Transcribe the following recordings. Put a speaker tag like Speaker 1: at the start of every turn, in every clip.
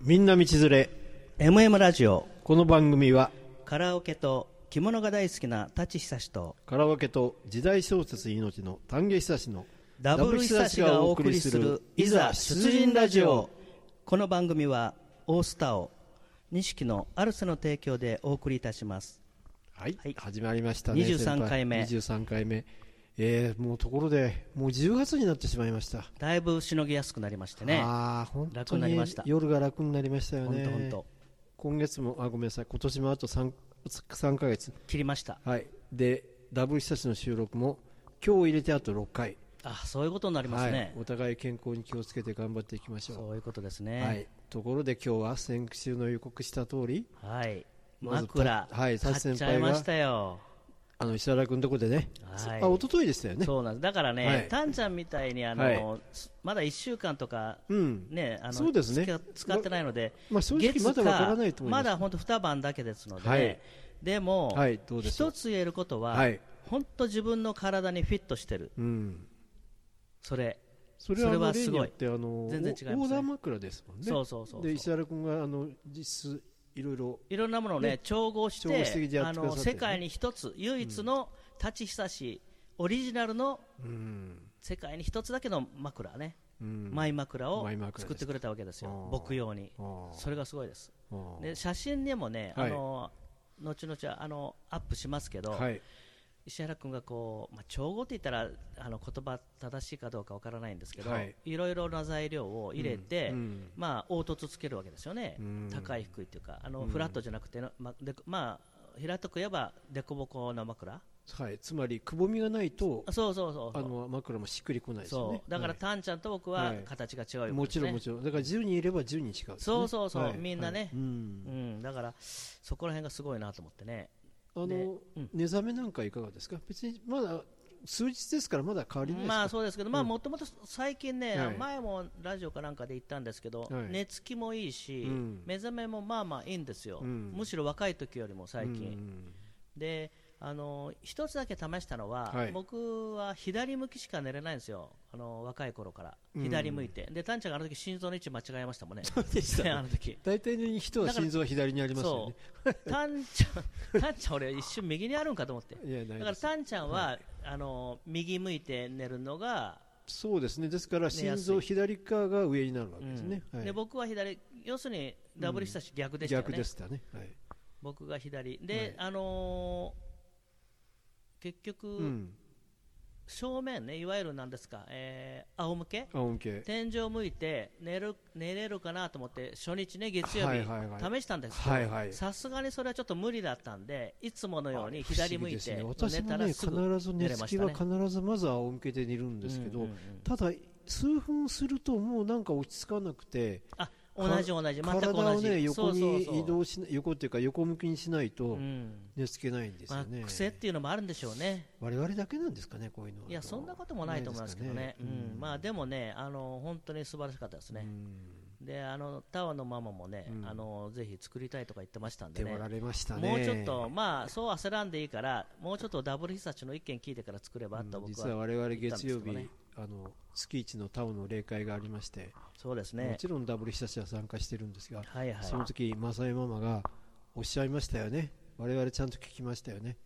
Speaker 1: みんな道連れ
Speaker 2: MM ラジオ
Speaker 1: この番組は
Speaker 2: カラオケと着物が大好きな舘久志と
Speaker 1: カラオケと時代小説命の丹下久志の
Speaker 2: ダブル久志がお送りするいざ出陣ラジオこの番組はオースターを錦のアルセの提供でお送りいたします
Speaker 1: はい、
Speaker 2: はい
Speaker 1: 始まりましたね
Speaker 2: 23
Speaker 1: 先輩
Speaker 2: 回目
Speaker 1: 23回目えー、もうところでもう10月になってしまいました
Speaker 2: だいぶしのぎやすくなりましてね
Speaker 1: ああ本
Speaker 2: 楽
Speaker 1: 当
Speaker 2: になり
Speaker 1: に
Speaker 2: ました
Speaker 1: 夜が楽になりましたよ
Speaker 2: ほん
Speaker 1: ね
Speaker 2: とほんと
Speaker 1: 今月もあごめんなさい今年もあと 3, 三ヶ月
Speaker 2: 切りました
Speaker 1: はいでダブル久志の収録も今日入れてあと6回
Speaker 2: あそういうことになります
Speaker 1: はい
Speaker 2: ね、、
Speaker 1: お互い健康に気をつけて頑張っていきましょ
Speaker 2: そういうことです
Speaker 1: う、
Speaker 2: ね
Speaker 1: はい、ところで今日は先週の予告した通り
Speaker 2: はい、
Speaker 1: まず
Speaker 2: 枕、
Speaker 1: はい
Speaker 2: 買
Speaker 1: 舘
Speaker 2: っ
Speaker 1: 先輩
Speaker 2: ちゃいましたよ、
Speaker 1: あの石原君のとこでね、
Speaker 2: はい
Speaker 1: あ一昨日でしたよね
Speaker 2: そうなんですだからね、
Speaker 1: はい
Speaker 2: タンちゃんみたいにあの、
Speaker 1: は
Speaker 2: まだ1週間とか、
Speaker 1: うん
Speaker 2: ねあの
Speaker 1: そうですね
Speaker 2: 使使ってないので、
Speaker 1: まあ正直
Speaker 2: 月
Speaker 1: まだわからないと思います
Speaker 2: まだ本当、2晩だけですので、
Speaker 1: はい
Speaker 2: でも、
Speaker 1: はいどうでしょう
Speaker 2: 一つ言えることは、
Speaker 1: はい
Speaker 2: 本当、自分の体にフィットしてる、
Speaker 1: うん、
Speaker 2: それ、
Speaker 1: それはあの
Speaker 2: それはす
Speaker 1: 例に
Speaker 2: ごい
Speaker 1: よってあの
Speaker 2: 全然違いますね
Speaker 1: オーダー枕ですもんね
Speaker 2: そうそうそうそう
Speaker 1: で石原君があの実質いろいろ
Speaker 2: いろんなものをね、
Speaker 1: ね
Speaker 2: 調合して、
Speaker 1: 調合してや
Speaker 2: あ
Speaker 1: ってくださってるね
Speaker 2: の世界に一つ、唯一の舘久し、オリジナルの
Speaker 1: うん、
Speaker 2: 世界に一つだけの枕ね。
Speaker 1: うん、
Speaker 2: マイ枕を
Speaker 1: マイ枕です
Speaker 2: 作ってくれたわけです
Speaker 1: あ
Speaker 2: よ
Speaker 1: ー、
Speaker 2: 僕用に
Speaker 1: あ、ー
Speaker 2: それがすごいです、
Speaker 1: あー
Speaker 2: で写真にもね、
Speaker 1: はい
Speaker 2: あの後々あのアップしますけど、
Speaker 1: はい
Speaker 2: 石原君がこう、まあ、調合って言ったらあの言葉正しいかどうかわからないんですけど、
Speaker 1: はい
Speaker 2: い、ろいろな材料を入れて、
Speaker 1: うんうん
Speaker 2: まあ、凹凸つけるわけですよね、
Speaker 1: うん
Speaker 2: 高い、低いっていうか、あのフラットじゃなくて、までまあ、平たく言えば、凸凹の枕、
Speaker 1: はい、つまりくぼみがないと
Speaker 2: あそうそうそう
Speaker 1: あ
Speaker 2: そう
Speaker 1: の枕もしっくりこないですよ
Speaker 2: そ
Speaker 1: ね
Speaker 2: う、だから、
Speaker 1: は
Speaker 2: タンちゃんと僕
Speaker 1: は
Speaker 2: はい形が違うよ、
Speaker 1: いもちろんもちろんだから10人いれば10人違うですね、
Speaker 2: そうそうそう
Speaker 1: はい
Speaker 2: みんなね
Speaker 1: はいうん
Speaker 2: うん、だからそこら辺がすごいなと思ってね、
Speaker 1: あの、
Speaker 2: ねうん
Speaker 1: 寝覚めなんかいかがですか別にまだ数日ですからまだ変わりないですか、
Speaker 2: まあそうですけど、まあもともと最近ね、
Speaker 1: はい
Speaker 2: 前もラジオかなんかで言ったんですけど、
Speaker 1: はい
Speaker 2: 寝つきもいいし、
Speaker 1: うん
Speaker 2: 目覚めもまあまあいいんですよ、
Speaker 1: うん
Speaker 2: むしろ若い時よりも最近。
Speaker 1: うん
Speaker 2: であの一つだけ試したのは、
Speaker 1: はい
Speaker 2: 僕は左向きしか寝れないんですよ、あの若い頃から、
Speaker 1: うん
Speaker 2: 左向いて、で、タンちゃんがあの時心臓の位置間違えましたもんね、
Speaker 1: でしたね
Speaker 2: あの時
Speaker 1: 大体の人は
Speaker 2: だから
Speaker 1: 心臓は左にありますよね
Speaker 2: そう、タンちゃん、タンちゃん、俺、一瞬右にあるんかと思って、
Speaker 1: いやない
Speaker 2: だ
Speaker 1: です
Speaker 2: からタンちゃんは、あの右向いて寝るのが、
Speaker 1: そうですねですから
Speaker 2: 寝や
Speaker 1: 心
Speaker 2: すい
Speaker 1: 臓左側が上になるわけですね、
Speaker 2: うん
Speaker 1: はい
Speaker 2: で僕は左、要するにダブル久し逆でしたよね、
Speaker 1: 逆でしたね、はい
Speaker 2: 僕が左、で、
Speaker 1: はい
Speaker 2: あのー結局、
Speaker 1: うん、
Speaker 2: 正面ね、いわゆるなんですか、えー仰向け、
Speaker 1: あ音系
Speaker 2: 天井向いて寝る寝れるかなと思って、初日ね、月曜
Speaker 1: は
Speaker 2: 日、
Speaker 1: いはいはい
Speaker 2: 試したんですけど
Speaker 1: はいはい
Speaker 2: さすがにそれはちょっと無理だったんで、いつものように左向いて
Speaker 1: 不思議です
Speaker 2: 寝
Speaker 1: ね、私
Speaker 2: た
Speaker 1: も
Speaker 2: ら
Speaker 1: ね
Speaker 2: すぐ
Speaker 1: 必ず寝つきは
Speaker 2: 寝れました
Speaker 1: 必ずまず仰向けで寝るんですけど、
Speaker 2: うんうんうん
Speaker 1: ただ数分するともうなんか落ち着かなくて
Speaker 2: あ同じ同じ、全
Speaker 1: 体
Speaker 2: く同
Speaker 1: を
Speaker 2: じ、
Speaker 1: ね
Speaker 2: そ
Speaker 1: 横
Speaker 2: うそう
Speaker 1: に
Speaker 2: そう
Speaker 1: 移動しな横っていうか横向きにしないうと
Speaker 2: ん
Speaker 1: 寝つけないんです
Speaker 2: ま
Speaker 1: よ
Speaker 2: あ
Speaker 1: ね、、
Speaker 2: 癖っていうのもあるんでしょうね、
Speaker 1: 我々だけなんですかねこういうのはい
Speaker 2: や、そんなこともないと思いますけどね、
Speaker 1: ないですかね
Speaker 2: うんまあ、でもねあの、本当に素晴らしかったです
Speaker 1: う
Speaker 2: ね、
Speaker 1: ん
Speaker 2: であのタワーのママもね、
Speaker 1: うん
Speaker 2: あの、ぜひ作りたいとか言ってましたんで
Speaker 1: 手
Speaker 2: ね
Speaker 1: 割。られましたね
Speaker 2: もうちょっと、まあ、そう焦らんでいいから、もうちょっとダブル日差しの意見聞いてから作ればと、
Speaker 1: うん
Speaker 2: 僕
Speaker 1: 実は
Speaker 2: は、
Speaker 1: 我々月曜
Speaker 2: 言ったんですけ
Speaker 1: 日、
Speaker 2: どね
Speaker 1: あの月一のタオの例会がありまして、
Speaker 2: そうです
Speaker 1: も
Speaker 2: ね、
Speaker 1: ちろんダブル久しは参加してるんですが、
Speaker 2: はいはい、
Speaker 1: その時正江ママがおっしゃいましたよね我々ちゃんと聞きましたよね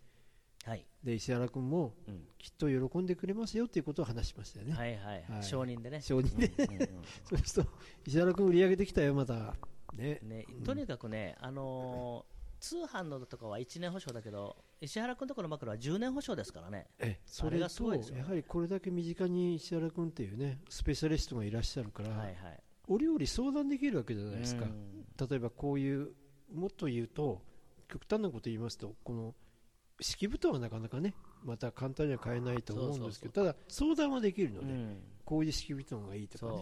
Speaker 2: はい、
Speaker 1: で石原君も
Speaker 2: うん
Speaker 1: きっと喜んでくれますよっていうことを話しましたよね、
Speaker 2: はいはい
Speaker 1: は
Speaker 2: はいい、承認でね、
Speaker 1: 承認で
Speaker 2: うんうん
Speaker 1: そうすると石原君売り上げてきたよまたね
Speaker 2: ね、とにかくね、あのー通販のとかは1年保証だけど、石原君とこの枕は10年保証ですからね、
Speaker 1: えそ
Speaker 2: あれ
Speaker 1: れ
Speaker 2: がすご
Speaker 1: と
Speaker 2: いですよね
Speaker 1: やはりこれだけ身近に石原君っていうねスペシャリストがいらっしゃるから、
Speaker 2: はいはい、
Speaker 1: 折々相談できるわけじゃないですか、
Speaker 2: うん
Speaker 1: 例えばこういうもっと言うと極端なこと言いますとこの敷布団はなかなかねまた簡単には買えないと思うんですけどただ相談はできるの
Speaker 2: う
Speaker 1: で、
Speaker 2: ん
Speaker 1: こういう敷布団がいいとかね
Speaker 2: そう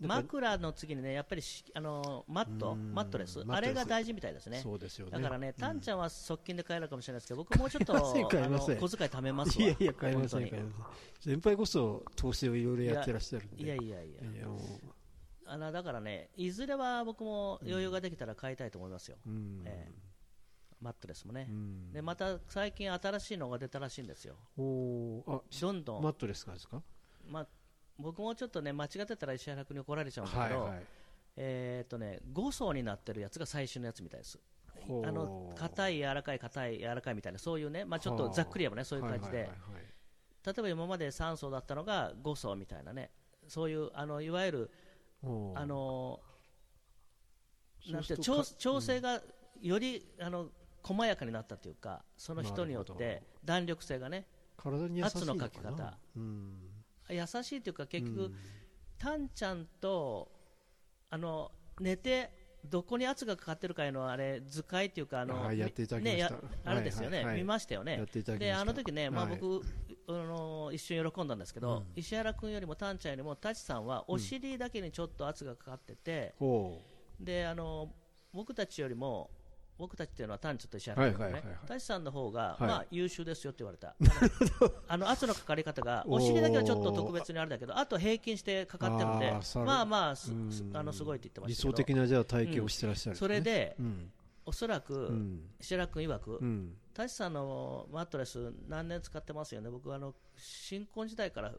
Speaker 1: だから
Speaker 2: 枕の次にね、やっぱりしあのーマッ
Speaker 1: う
Speaker 2: ト、
Speaker 1: ん
Speaker 2: マットレス、
Speaker 1: マッ
Speaker 2: あ
Speaker 1: トレス
Speaker 2: れが大事みたいですね。
Speaker 1: そうですよね
Speaker 2: だからね、
Speaker 1: うん
Speaker 2: タンちゃんは側近で買えるかもしれないですけど、僕もうちょっと、
Speaker 1: 買い ません買
Speaker 2: あ
Speaker 1: いま
Speaker 2: の
Speaker 1: せん
Speaker 2: 小遣い貯めま
Speaker 1: い
Speaker 2: すわ。
Speaker 1: やいや買えません
Speaker 2: 本当
Speaker 1: 買え
Speaker 2: に
Speaker 1: ません先輩こそ投資をいろいろやってらっしゃるんで
Speaker 2: いやいやいや、
Speaker 1: いやも
Speaker 2: あのだからね、いずれは僕も余裕ができたら買いたいと思いますよ、
Speaker 1: ううん、
Speaker 2: ええマットレスもね
Speaker 1: う。ん
Speaker 2: で、また最近、新しいのが出たらしいんですよ、
Speaker 1: おー
Speaker 2: どん
Speaker 1: あ
Speaker 2: ど
Speaker 1: マ
Speaker 2: ん、
Speaker 1: ッ
Speaker 2: ま
Speaker 1: トレスがですか
Speaker 2: 僕もちょっとね、間違ってたら石原君に怒られちゃうんだ
Speaker 1: は
Speaker 2: け
Speaker 1: い
Speaker 2: ど、
Speaker 1: はい
Speaker 2: えーっとね、5層になってるやつが最新のやつみたいです。
Speaker 1: ほう
Speaker 2: あの硬い、柔らかい、硬い、柔らかいみたいな、そういうね、まあ、ちょっとざっくりやばね、そういう感じで、
Speaker 1: はいはいはいはい
Speaker 2: 例えば今まで3層だったのが5層みたいなね、そういう、あのいわゆる、
Speaker 1: ほう
Speaker 2: あの
Speaker 1: そう
Speaker 2: なんていう
Speaker 1: すると
Speaker 2: 調
Speaker 1: か
Speaker 2: 調整がより、あの細やかになったというか、その人によっ
Speaker 1: なる
Speaker 2: て弾力性がね、
Speaker 1: 体に優しいのかな
Speaker 2: 圧のかけ方
Speaker 1: うん
Speaker 2: 優しいというか、結
Speaker 1: う
Speaker 2: 局、
Speaker 1: ん
Speaker 2: タンちゃんとあの寝て、どこに圧がかかってるかいうのは、あれ、図解というか、あの
Speaker 1: あーやっていただきました
Speaker 2: ねやあれですよね、
Speaker 1: はいはいはい
Speaker 2: 見ましたよね。
Speaker 1: やっていただきまし
Speaker 2: で
Speaker 1: た
Speaker 2: あの時ね、まあ、
Speaker 1: はい
Speaker 2: 僕、あの一瞬喜んだんですけど、石原君よりもタンちゃんよりもタチさんはお尻だけにちょっと圧がかかってて、
Speaker 1: ほ
Speaker 2: であの僕たちよりも僕たちっていうのはタンちょっと石原君
Speaker 1: はい
Speaker 2: ね
Speaker 1: はいはいはい
Speaker 2: タチさんの方が、
Speaker 1: い
Speaker 2: まあ優秀ですよって言われ たあの圧のかかり方がお尻だけはちょっと特別にあれだけどあと平均してかかってるんで
Speaker 1: あーさ
Speaker 2: まあまあす
Speaker 1: うん
Speaker 2: すあのすごいって言って
Speaker 1: う
Speaker 2: ま
Speaker 1: 理
Speaker 2: したけど
Speaker 1: 想的なじゃあ体型をしてらっしゃるん
Speaker 2: それ
Speaker 1: ね
Speaker 2: で、
Speaker 1: うん
Speaker 2: おそらく、
Speaker 1: うん
Speaker 2: 石原君曰く、
Speaker 1: うん
Speaker 2: タチさんのマットレス何年使ってますよね僕あの新婚時代から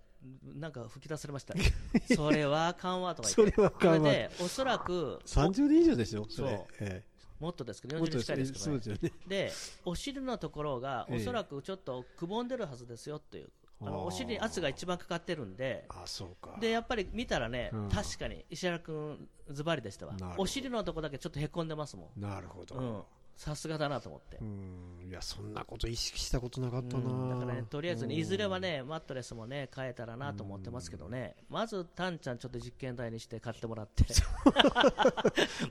Speaker 2: なんか吹き出されました それはあかんわとか
Speaker 1: そ
Speaker 2: 言っ
Speaker 1: れ
Speaker 2: て
Speaker 1: は変わ
Speaker 2: そ
Speaker 1: らな
Speaker 2: れ
Speaker 1: い
Speaker 2: でおそらく
Speaker 1: 30年以上ですよそれ
Speaker 2: そう
Speaker 1: え
Speaker 2: もっとですけ
Speaker 1: え
Speaker 2: ど40年近いですけど、
Speaker 1: そう
Speaker 2: ね
Speaker 1: ですよね
Speaker 2: でお尻のところが
Speaker 1: ええ
Speaker 2: おそらくちょっとくぼんでるはずですよっていう、あ
Speaker 1: あー
Speaker 2: のお尻に圧が一番かかってるんで
Speaker 1: あそうか
Speaker 2: でやっぱり見たらね、
Speaker 1: うん
Speaker 2: 確かに石原君ズバリでしたわ
Speaker 1: なるほど
Speaker 2: お尻のとこだけちょっとへこんでますも
Speaker 1: なるほ
Speaker 2: んうん
Speaker 1: ど
Speaker 2: さすがだなと思って、
Speaker 1: うんいやそんなこと意識したことなかった
Speaker 2: うんだ
Speaker 1: な
Speaker 2: からね、とりあえずね、
Speaker 1: うん
Speaker 2: いずれはね、マットレスもね、変えたらなと思ってますけどね、まず、タンちゃん、ちょっと実験台にして買ってもらって、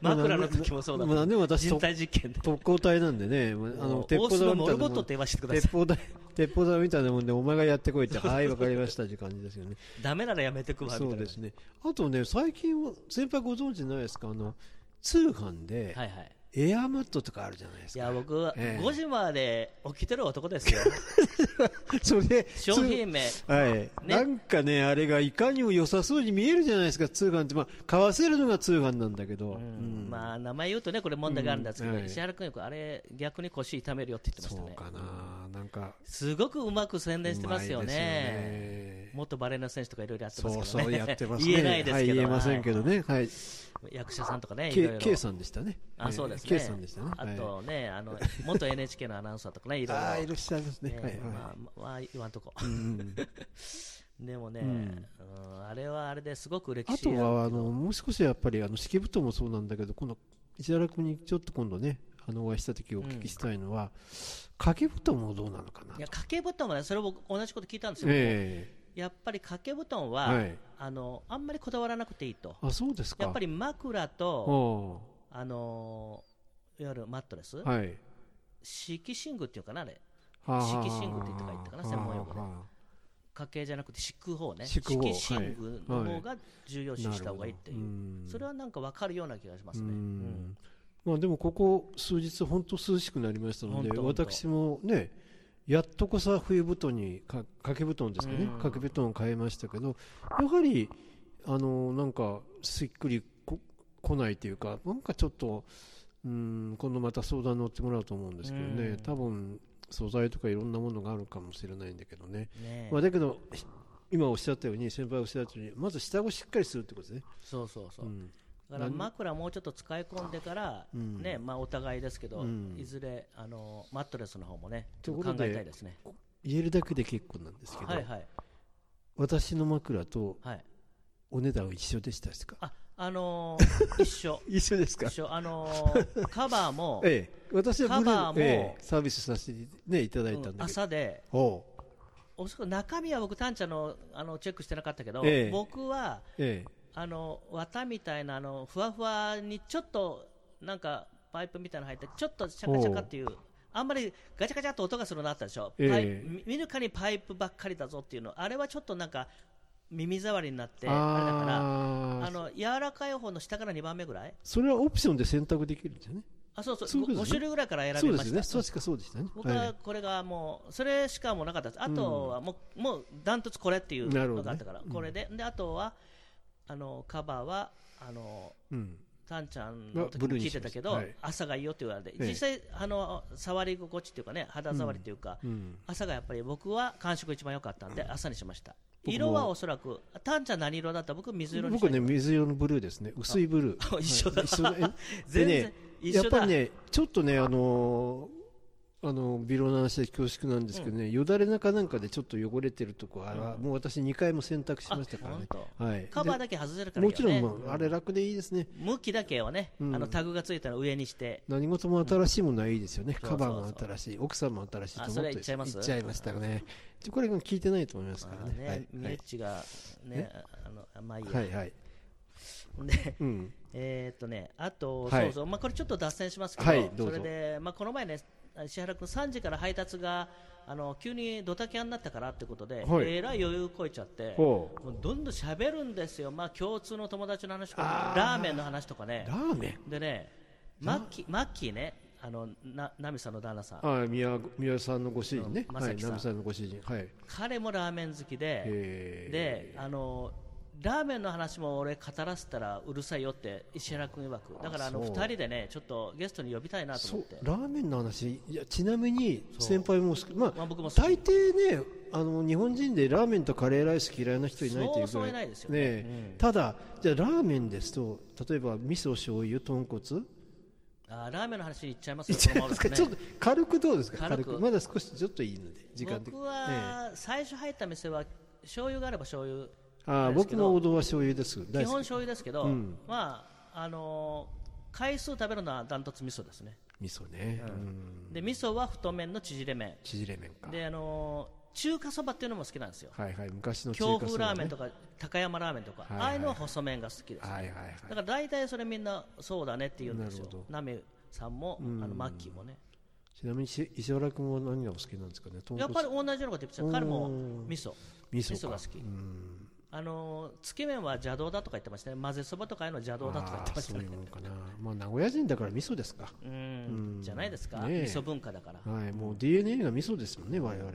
Speaker 2: 枕の時もそうだ
Speaker 1: ま
Speaker 2: っ
Speaker 1: あでも
Speaker 2: た、
Speaker 1: 私
Speaker 2: 人
Speaker 1: と
Speaker 2: 体実験で、
Speaker 1: 特攻隊なんでね、まああの鉄
Speaker 2: 大
Speaker 1: 砲
Speaker 2: 粒
Speaker 1: 玉
Speaker 2: モ
Speaker 1: みたい
Speaker 2: ル
Speaker 1: なも
Speaker 2: ボッ
Speaker 1: ん
Speaker 2: トって言わせてくださ
Speaker 1: 鉄砲台 鉄砲台みたいなもんでお前がやってこいって はいわかりましたって感じですよね。
Speaker 2: い、ダメならやめてくわみたい
Speaker 1: そ
Speaker 2: な、
Speaker 1: うですね。あとね最近は先輩ご存知ないですかあの通販で
Speaker 2: はいはい、
Speaker 1: エアマットとかあるじゃないです
Speaker 2: い
Speaker 1: か。
Speaker 2: や、僕は
Speaker 1: ええ
Speaker 2: 5時まで起きてる男で すよ、
Speaker 1: それ
Speaker 2: 商品名、
Speaker 1: 通はい、なんかねあれがいかにも良さそうに見えるじゃないですか通販ってまあ買わせるのが通販なんだけど。
Speaker 2: うんまあ、名前言うとね、これ問題があるんですけど、
Speaker 1: うんはい
Speaker 2: 石原君よく、あれ、逆に腰痛めるよって言ってまし
Speaker 1: そ
Speaker 2: た
Speaker 1: う
Speaker 2: ね、
Speaker 1: かななんか
Speaker 2: すごくうまく宣伝してますよ
Speaker 1: うまい
Speaker 2: ね。
Speaker 1: ですよね
Speaker 2: 元バレーの選手とかいろいろやってます
Speaker 1: そ
Speaker 2: けど
Speaker 1: う
Speaker 2: ね。
Speaker 1: そうやってますね。
Speaker 2: 言えないですけど、
Speaker 1: はい、言えませんけどね。はい。
Speaker 2: はい役者さんとかね、いろい
Speaker 1: K,
Speaker 2: ろ。
Speaker 1: K さんでしたね。
Speaker 2: あ、そうですね。
Speaker 1: K さんでしたね。
Speaker 2: あ
Speaker 1: はい、
Speaker 2: とね、あの、元 NHK のアナウンサーとかね、いろいろ。
Speaker 1: ああ、いらっしゃいますね。
Speaker 2: ね
Speaker 1: はいはい。
Speaker 2: まあ、まあ、言わんとこ。
Speaker 1: うん
Speaker 2: でもね、
Speaker 1: う
Speaker 2: うんんあれはあれですごく歴
Speaker 1: あ
Speaker 2: 史
Speaker 1: と
Speaker 2: が
Speaker 1: はあのもう少しやっぱりあの敷布団もそうなんだけど今度石原君にちょっと今度ねあのお会いした時お聞きしたいのは、掛け布団もどうなのかない
Speaker 2: や、掛け布団はね、それ僕同じこと聞いたんですよ。
Speaker 1: え
Speaker 2: やっぱり掛け布団
Speaker 1: え
Speaker 2: は、
Speaker 1: はい
Speaker 2: あの、あんまりこだわらなくていいと。
Speaker 1: あそうですか
Speaker 2: やっぱり枕
Speaker 1: あ
Speaker 2: と、
Speaker 1: あは
Speaker 2: あのー、いわゆるマットレス、
Speaker 1: い
Speaker 2: 敷寝具っていうかな、あれ。
Speaker 1: はあ
Speaker 2: 敷寝具って言って書いてたかな専門用語で
Speaker 1: はあはあ
Speaker 2: 家系じゃなくて敷く方ね
Speaker 1: 敷
Speaker 2: 敷
Speaker 1: く方
Speaker 2: 寝具の方が重要視した方がいいっていう、
Speaker 1: なるほどうん
Speaker 2: それはなんか分かるような気がします
Speaker 1: う
Speaker 2: ね、
Speaker 1: んまあ、でもここ数日、本当涼しくなりましたの
Speaker 2: ほん
Speaker 1: で、
Speaker 2: とほんと
Speaker 1: 私もね、やっとこさ冬布団にか掛け布団ですかね
Speaker 2: うん、
Speaker 1: 掛け布団を買いましたけど、やはりあのなんかすっくりこ来ないというか、なんかちょっと、うん、今度また相談乗ってもらうと思うんですけど
Speaker 2: う
Speaker 1: ね
Speaker 2: ん、
Speaker 1: 多分素材とかいろんなものがあるかもしれないんだけどね。
Speaker 2: ねえ
Speaker 1: まあ、だけどひ今おっしゃったように先輩おっしゃったようにまず下をしっかりするってことですね。
Speaker 2: そうそうそうう、
Speaker 1: ん
Speaker 2: だから枕もうちょっと使い込んでから、
Speaker 1: うん
Speaker 2: ねまあお互いですけど、
Speaker 1: うん
Speaker 2: いずれあのマットレスの方もね
Speaker 1: と
Speaker 2: ち
Speaker 1: い
Speaker 2: ょ
Speaker 1: うこ
Speaker 2: っ
Speaker 1: とと
Speaker 2: 考
Speaker 1: で
Speaker 2: えたいですね
Speaker 1: 言えるだけで結構なんですけど、
Speaker 2: はいはい
Speaker 1: 私の枕と
Speaker 2: はい
Speaker 1: お値段は一緒でしたですか
Speaker 2: ああ のー一緒
Speaker 1: 一緒です
Speaker 2: 一緒あの ーカバーも、
Speaker 1: ええ私は
Speaker 2: カバーも
Speaker 1: ええサービスさせて、ね、いただいたん
Speaker 2: うん
Speaker 1: だけど、
Speaker 2: 朝で
Speaker 1: おう
Speaker 2: おそらく中身は僕タンちゃんのあのチェックしてなかったけど、
Speaker 1: ええ
Speaker 2: 僕は
Speaker 1: え
Speaker 2: あの綿みたいなあのふわふわにちょっとなんかパイプみたいなの入ってちょっとシャカシャカっていうあんまりガチャガチャっと音がするのあったでしょ、
Speaker 1: ええ
Speaker 2: パイみ見るかにパイプばっかりだぞっていうのあれはちょっとなんか耳障りになっ
Speaker 1: え
Speaker 2: てあれだから
Speaker 1: あー
Speaker 2: あの柔らかい方の下から2番目ぐらい
Speaker 1: それはオプションで選択できるんですよね
Speaker 2: あそうそう
Speaker 1: そういうこと
Speaker 2: 5,
Speaker 1: ですね
Speaker 2: 種類ぐらいから
Speaker 1: そ
Speaker 2: 選
Speaker 1: うで
Speaker 2: びますし
Speaker 1: ね
Speaker 2: た
Speaker 1: 確かそうでしたね
Speaker 2: 僕
Speaker 1: は
Speaker 2: はいこれがもうそれしかもうなかったですあとはもう,、もうダントツこれっていうのがあったから、これでであとはあのカバーはあの
Speaker 1: うん、
Speaker 2: タンちゃんの時
Speaker 1: ブルーに
Speaker 2: に聞い
Speaker 1: してま
Speaker 2: た
Speaker 1: した
Speaker 2: けど、
Speaker 1: はい
Speaker 2: 朝がいいよって言われて、
Speaker 1: ええ
Speaker 2: 実際、あの触り心地っていうかね、肌触りっていうか、
Speaker 1: うん
Speaker 2: 朝がやっぱり僕は感触一番良かったんで、朝にしました。
Speaker 1: 僕も
Speaker 2: 色はおそらくタンちゃん何色だった僕水色にした
Speaker 1: 僕ね
Speaker 2: い
Speaker 1: 水色のブルーですね薄いブル
Speaker 2: あ
Speaker 1: ー
Speaker 2: 一緒
Speaker 1: は
Speaker 2: だ
Speaker 1: い一緒だえ で
Speaker 2: 全然
Speaker 1: ね
Speaker 2: 一
Speaker 1: やっ
Speaker 2: 緒
Speaker 1: ぱ
Speaker 2: だ
Speaker 1: りねちょっとねあのーあの微量な話で恐縮なんですけどね、よだれ中なんかでちょっと汚れてるとこは、もう私2回も洗濯しましたからね
Speaker 2: あ本
Speaker 1: はい
Speaker 2: カバー
Speaker 1: で
Speaker 2: だけ外せるからい
Speaker 1: も
Speaker 2: いよ
Speaker 1: ちろん、
Speaker 2: ね
Speaker 1: まあ、あれ楽でいいですね
Speaker 2: 向きだけはね、
Speaker 1: うん
Speaker 2: あのタグがついたら上にして
Speaker 1: 何事も新しいものはいいですよね、
Speaker 2: そう
Speaker 1: カバー
Speaker 2: そう
Speaker 1: も
Speaker 2: そう
Speaker 1: 新しい奥さんも新しいと思って
Speaker 2: あそれ言っちゃいます
Speaker 1: 言っちゃいましたよねちょこれが聞いてないと思いますか
Speaker 2: ま
Speaker 1: ら
Speaker 2: あ
Speaker 1: ね
Speaker 2: ね、ミ
Speaker 1: は
Speaker 2: レ
Speaker 1: い
Speaker 2: ッチがね、あの、あまあいいや。
Speaker 1: はいはい、はい、
Speaker 2: で、
Speaker 1: うん
Speaker 2: えーっとね、あと、
Speaker 1: はい
Speaker 2: そうそう、まあこれちょっと脱線しますけど、
Speaker 1: はいどうぞ
Speaker 2: それで、まあこの前ね、石原君3時から配達が、あの、急にドタキャンになったからってことで、
Speaker 1: はい
Speaker 2: えらい余裕こいちゃって、も
Speaker 1: ほう
Speaker 2: うどんどん喋るんですよ。まあ共通の友達の話とか
Speaker 1: あ、ー
Speaker 2: ラーメンの話とかね
Speaker 1: ラ。ーメン
Speaker 2: でね、マッキー、マッキーね、あの、な、ナミさんの旦那さん。
Speaker 1: ああ宮宮さんのご主人ね、
Speaker 2: うん
Speaker 1: はい、
Speaker 2: 正樹さん
Speaker 1: ナミさんのご主人、はい、
Speaker 2: 彼もラーメン好きで、
Speaker 1: へ
Speaker 2: であのラーメンの話も俺語らせたらうるさいよって石原君曰くだからあの
Speaker 1: あそ
Speaker 2: 2
Speaker 1: う
Speaker 2: 人でねちょっとゲストに呼びたいな
Speaker 1: ー
Speaker 2: と
Speaker 1: そ
Speaker 2: 思っ
Speaker 1: う
Speaker 2: て
Speaker 1: ラーメンの話、いやちなみに先輩も好き、まあ
Speaker 2: まあ僕も好き
Speaker 1: 大抵ねあの、日本人でラーメンとカレーライス嫌いな人いないという
Speaker 2: そ
Speaker 1: ぐら
Speaker 2: うそう
Speaker 1: い
Speaker 2: いないですよ
Speaker 1: ね
Speaker 2: ね
Speaker 1: えただ、じゃあラーメンですと、例えば味噌、醤油豚骨、
Speaker 2: あラーメンの話に行っちゃいますよこのままですかね
Speaker 1: ちょっと軽くどうですか、
Speaker 2: 軽
Speaker 1: 軽
Speaker 2: く
Speaker 1: くまだ少しちょっといいので、時間的
Speaker 2: 僕
Speaker 1: ねえ
Speaker 2: は最初入った店は醤油があれば醤油
Speaker 1: ああ
Speaker 2: です
Speaker 1: 僕
Speaker 2: けど
Speaker 1: の王道は醤油です、
Speaker 2: 基
Speaker 1: 大
Speaker 2: 本
Speaker 1: 好き
Speaker 2: 醤油ですけど、
Speaker 1: うん
Speaker 2: まああの回数食べるのはダントツ味噌ですね
Speaker 1: 味噌ね、うん
Speaker 2: で味噌は太麺の縮れ麺
Speaker 1: 縮れ麺か、
Speaker 2: であの中華そばっていうのも好きなんですよ
Speaker 1: はいはい、昔の中華
Speaker 2: 京風
Speaker 1: そばね
Speaker 2: ラーメンとか高山ラーメンとか、
Speaker 1: はいはい
Speaker 2: ああいうのは細麺が好きです、
Speaker 1: はいはいはい
Speaker 2: だから大体それみんなそうだねって言うんですよ
Speaker 1: なるほ、
Speaker 2: ナミさんも、あのマッキーもね、
Speaker 1: ちなみにし石原君は何がお好きなんですかね豚
Speaker 2: やっぱり
Speaker 1: 骨
Speaker 2: 同じようなこと言ってた、彼も味噌
Speaker 1: 味噌か
Speaker 2: が好き、
Speaker 1: うん
Speaker 2: あのーつけ麺は邪道だとか言ってましたね、混ぜそばとかああいうの邪道だとか言って
Speaker 1: あー
Speaker 2: まし
Speaker 1: そ
Speaker 2: た
Speaker 1: う
Speaker 2: ね
Speaker 1: いう、もんかなまあ名古屋人だから味噌ですか
Speaker 2: うんじゃないですか、
Speaker 1: ねえ
Speaker 2: 味噌文化だから、
Speaker 1: はいもう DNA が味噌ですもんね我々は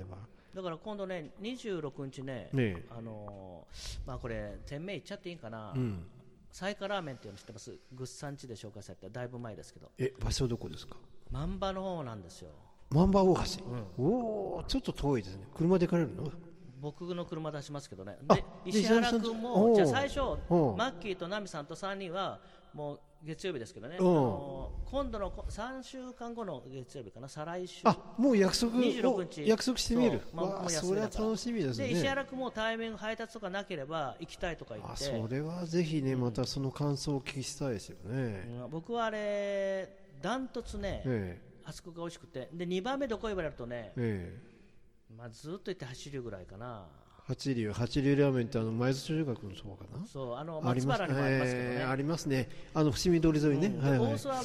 Speaker 2: だから今度ね、26日ね、
Speaker 1: ねえ
Speaker 2: あのーまあ、これ、店名言っちゃっていいんかな、
Speaker 1: うん
Speaker 2: サイカラーメンっていうの知ってます、ぐっさんちで紹介された、だいぶ前ですけど。
Speaker 1: え場所どこですか
Speaker 2: 万場の方なんですよ
Speaker 1: 万場大橋、おおちょっと遠いですね車で行かれるの
Speaker 2: 僕の車出しますけどね
Speaker 1: あ
Speaker 2: で
Speaker 1: で
Speaker 2: 石原
Speaker 1: 石原さん
Speaker 2: 君
Speaker 1: ち
Speaker 2: も
Speaker 1: おう
Speaker 2: じゃあ最初
Speaker 1: おう
Speaker 2: マッキーとナミさんと3人はもう月曜日ですけどねあ
Speaker 1: おう
Speaker 2: の今度のこ3週間後の月曜日かな再来週
Speaker 1: あもう約束を
Speaker 2: 26日
Speaker 1: 約束してみる
Speaker 2: そうまあ僕
Speaker 1: わ
Speaker 2: も
Speaker 1: あ
Speaker 2: 休
Speaker 1: そ
Speaker 2: み
Speaker 1: れ
Speaker 2: だ
Speaker 1: は
Speaker 2: から
Speaker 1: 楽しみです
Speaker 2: で石
Speaker 1: ね
Speaker 2: 原君も対面配達とかなければ行きたいとか言
Speaker 1: あ
Speaker 2: って
Speaker 1: それはぜひねまたその感想をお聞きしたいですよね、
Speaker 2: うん僕はあれダントツね、
Speaker 1: え
Speaker 2: あそこが美味しくてで2番目どこ呼ばれるとね
Speaker 1: え、ええ
Speaker 2: まあ、ずっと行って走るぐらいかな
Speaker 1: 八流八流ラーメンってあの前津中学のそばかな
Speaker 2: そうあの
Speaker 1: あり
Speaker 2: 松
Speaker 1: ます
Speaker 2: 原にもありますけどね、
Speaker 1: えーありますね。あの伏見通り沿いね。はいはい
Speaker 2: 大須はもう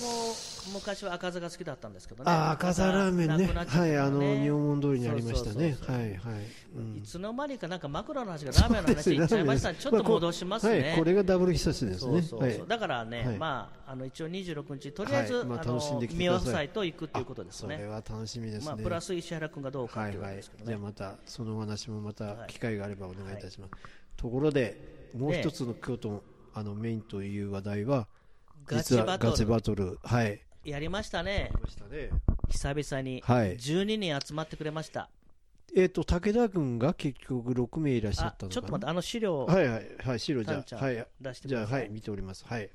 Speaker 2: 昔は赤座が好きだったんですけどね
Speaker 1: あー、赤座ラーメンね。
Speaker 2: なくなっちゃった
Speaker 1: はい、あの、日本門通りにありましたね
Speaker 2: そう。そうそう
Speaker 1: はい、はい。
Speaker 2: いつの間にかなんか枕の話がラーメンの話に行っちゃいましたねちょっと戻します
Speaker 1: は
Speaker 2: ね
Speaker 1: い、これがダブル必殺です
Speaker 2: そう
Speaker 1: ね。
Speaker 2: そうそう
Speaker 1: はい。
Speaker 2: だからね、
Speaker 1: はい
Speaker 2: まああの一応26日とりあえず、
Speaker 1: はいまあ
Speaker 2: あの
Speaker 1: 楽しんできてく
Speaker 2: 三
Speaker 1: だ
Speaker 2: 輪
Speaker 1: さい
Speaker 2: 夫妻と行くっていうことです
Speaker 1: そ
Speaker 2: ね
Speaker 1: れは楽しみです
Speaker 2: まあ、
Speaker 1: ね。
Speaker 2: プラス石原君がどうかっ
Speaker 1: はい
Speaker 2: ていうこ
Speaker 1: は
Speaker 2: と
Speaker 1: い
Speaker 2: ですけ、ど
Speaker 1: じ
Speaker 2: ね、
Speaker 1: ゃあまたそのお話もまた機会があればお願いいたします、ところでもう一つの京都のあのメインという話題は
Speaker 2: ガチバトル
Speaker 1: ガチバトルはい
Speaker 2: やりましたね
Speaker 1: ましたね
Speaker 2: 久々に、
Speaker 1: はい
Speaker 2: 12人集まってくれました
Speaker 1: えっ、と武田軍が結局6名いらっしゃ
Speaker 2: あ
Speaker 1: ったのかな
Speaker 2: ちょっと待ってあの資料を
Speaker 1: はいはいはい白じ
Speaker 2: タン
Speaker 1: ゃ
Speaker 2: ち
Speaker 1: あ
Speaker 2: ゃん
Speaker 1: はい
Speaker 2: 出してく
Speaker 1: じゃ
Speaker 2: だ
Speaker 1: あ
Speaker 2: さい
Speaker 1: はい見ておりますはい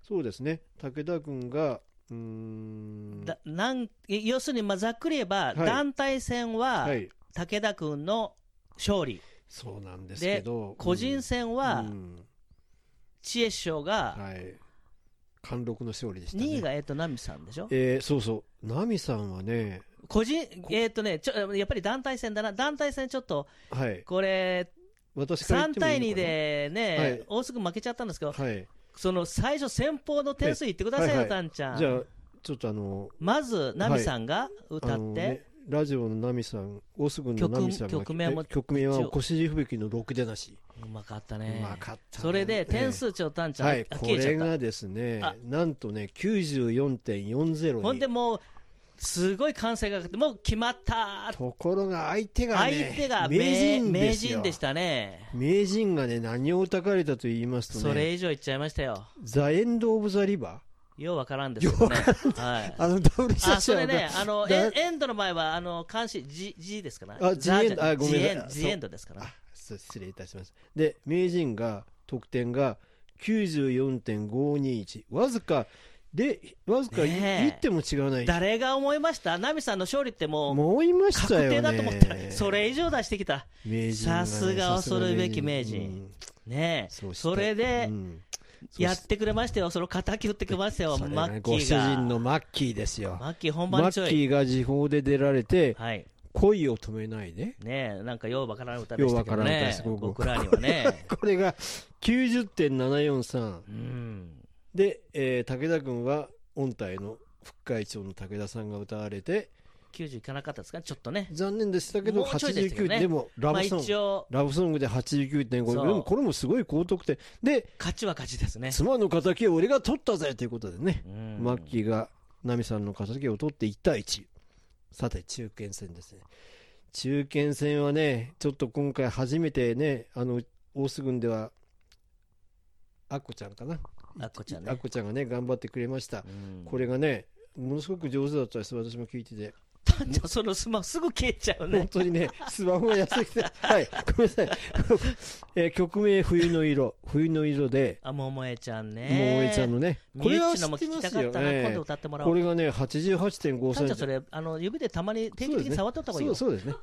Speaker 1: そうですね武田軍がうーん
Speaker 2: だなん要するにまあざっくり言えば、
Speaker 1: い
Speaker 2: 団体戦は、
Speaker 1: はい
Speaker 2: 武田君の勝利
Speaker 1: そうなんですけ
Speaker 2: で
Speaker 1: ど
Speaker 2: 個人戦は
Speaker 1: うんうん
Speaker 2: 知恵師匠が
Speaker 1: はい貫禄の勝利でしたね
Speaker 2: 2位がえっと奈美さんでしょ
Speaker 1: えーそうそう奈美さんはね
Speaker 2: 個人えっとねちょやっぱり団体戦だな団体戦ちょっと
Speaker 1: はい
Speaker 2: これ
Speaker 1: 私から言っ
Speaker 2: 3
Speaker 1: てもい
Speaker 2: 対
Speaker 1: いの
Speaker 2: 2
Speaker 1: かな
Speaker 2: でね
Speaker 1: はい
Speaker 2: 大須君負けちゃったんですけど
Speaker 1: はい
Speaker 2: その最初先方の点数言ってください
Speaker 1: はいは
Speaker 2: よ
Speaker 1: い
Speaker 2: たんちゃ
Speaker 1: じゃ
Speaker 2: ん
Speaker 1: あちょっとあの
Speaker 2: まず奈美さんが歌
Speaker 1: あ
Speaker 2: っ
Speaker 1: の
Speaker 2: て
Speaker 1: ねラジオの奈美さん大須軍の奈美さんが
Speaker 2: 曲曲名も
Speaker 1: え曲名は「腰地吹雪のろくでなし」
Speaker 2: うまかった
Speaker 1: う
Speaker 2: ね
Speaker 1: まかったね
Speaker 2: それ
Speaker 1: え
Speaker 2: で
Speaker 1: え
Speaker 2: 点数ちょたんちゃんあ
Speaker 1: はい、こ
Speaker 2: 消えち
Speaker 1: れ
Speaker 2: ゃっ
Speaker 1: がですね
Speaker 2: あ、
Speaker 1: なんとね、94.40
Speaker 2: た
Speaker 1: に
Speaker 2: ほんでもうすごい歓声がかかってもう決まった
Speaker 1: ところが相手が
Speaker 2: 相
Speaker 1: ね、
Speaker 2: 手が
Speaker 1: 名
Speaker 2: 名
Speaker 1: 人
Speaker 2: 名
Speaker 1: ですよ
Speaker 2: 人でしたね
Speaker 1: 名人がね、何をたかれたと言いますと
Speaker 2: そ
Speaker 1: ね、
Speaker 2: れ以上言っちゃいましたよ。
Speaker 1: ザ・エンド・オブ・ザ・リバ
Speaker 2: ようわからんですけど ね。はい
Speaker 1: ー、。あの、ダブルス
Speaker 2: あ、
Speaker 1: タ
Speaker 2: そ
Speaker 1: ジ
Speaker 2: れね、あの、
Speaker 1: だ
Speaker 2: エンエンドの前は、あの、監視、G、G ですかね。
Speaker 1: あ G エンドあごめんなさい
Speaker 2: G エンド、G エンドですから。
Speaker 1: そ失礼いたしましたで名人が得点が94.521わずかでわずか
Speaker 2: ねえ
Speaker 1: 1点も違わない、
Speaker 2: 誰が思いましたナミさんの勝利ってもう
Speaker 1: 思いまし
Speaker 2: 確
Speaker 1: たよね
Speaker 2: 定だと思ったらそれ以上出してきた
Speaker 1: 名人がね
Speaker 2: さすが恐るべき名人
Speaker 1: うん
Speaker 2: ねえ
Speaker 1: そ
Speaker 2: そ
Speaker 1: して
Speaker 2: れで
Speaker 1: うん
Speaker 2: やってくれましたよその敵打ってくれましたよ
Speaker 1: それが
Speaker 2: マ
Speaker 1: ね
Speaker 2: ッキ
Speaker 1: ご主
Speaker 2: ーが
Speaker 1: 人のマッキーですよ
Speaker 2: マッキー本
Speaker 1: マ
Speaker 2: 番ちょ
Speaker 1: ッ
Speaker 2: い
Speaker 1: キーが時報で出られて
Speaker 2: はい
Speaker 1: 恋を止めないで
Speaker 2: ねえなんかようわからん歌でしたけど
Speaker 1: ようわからん歌で
Speaker 2: ね
Speaker 1: すごく
Speaker 2: 僕らに はね
Speaker 1: これが90.743
Speaker 2: うん
Speaker 1: で、えー武田軍は音体の副会長の武田さんが歌われて
Speaker 2: 90いかなかったですかねちょっとね
Speaker 1: 残念でしたけど
Speaker 2: もうちょいでしたけ
Speaker 1: 89
Speaker 2: どね
Speaker 1: でもラ
Speaker 2: まあ
Speaker 1: ブソング、
Speaker 2: 一応
Speaker 1: ラブソングで89.5で
Speaker 2: そう
Speaker 1: もこれもすごい高得点で
Speaker 2: 勝ちは勝ちですね
Speaker 1: 妻の敵を俺が取ったぜということでね、
Speaker 2: うん
Speaker 1: マッキーがナミさんの敵を取って1対1さて中堅戦ですね中堅戦はねちょっと今回初めてねあの大須軍ではアッコちゃんかな
Speaker 2: あっこちゃん
Speaker 1: アッ
Speaker 2: ね
Speaker 1: コちゃんがね頑張ってくれました
Speaker 2: うん
Speaker 1: これがね、ものすごく上手だったです、私も聞いてて、
Speaker 2: じゃ あそのスマホすぐ消えちゃう
Speaker 1: 本
Speaker 2: ね
Speaker 1: 当にね、 スマホが安 くて、はい、ごめんなさい、 えー曲名、冬の色、冬の色で、
Speaker 2: あももえちゃんね
Speaker 1: もえちゃんのね、こ
Speaker 2: こ
Speaker 1: れ
Speaker 2: れ
Speaker 1: は
Speaker 2: は
Speaker 1: 知
Speaker 2: 知
Speaker 1: っ
Speaker 2: ってて
Speaker 1: ま
Speaker 2: ますす
Speaker 1: よ、
Speaker 2: よ、
Speaker 1: ええ
Speaker 2: 今度歌ってもらお
Speaker 1: こ
Speaker 2: う。
Speaker 1: れがね、88.5
Speaker 2: た
Speaker 1: セ
Speaker 2: ん
Speaker 1: ン
Speaker 2: ち
Speaker 1: チ
Speaker 2: ゃん、それ、あの、指でたまに定期的に触ってった方がいいよ。
Speaker 1: そ
Speaker 2: そ
Speaker 1: うですね、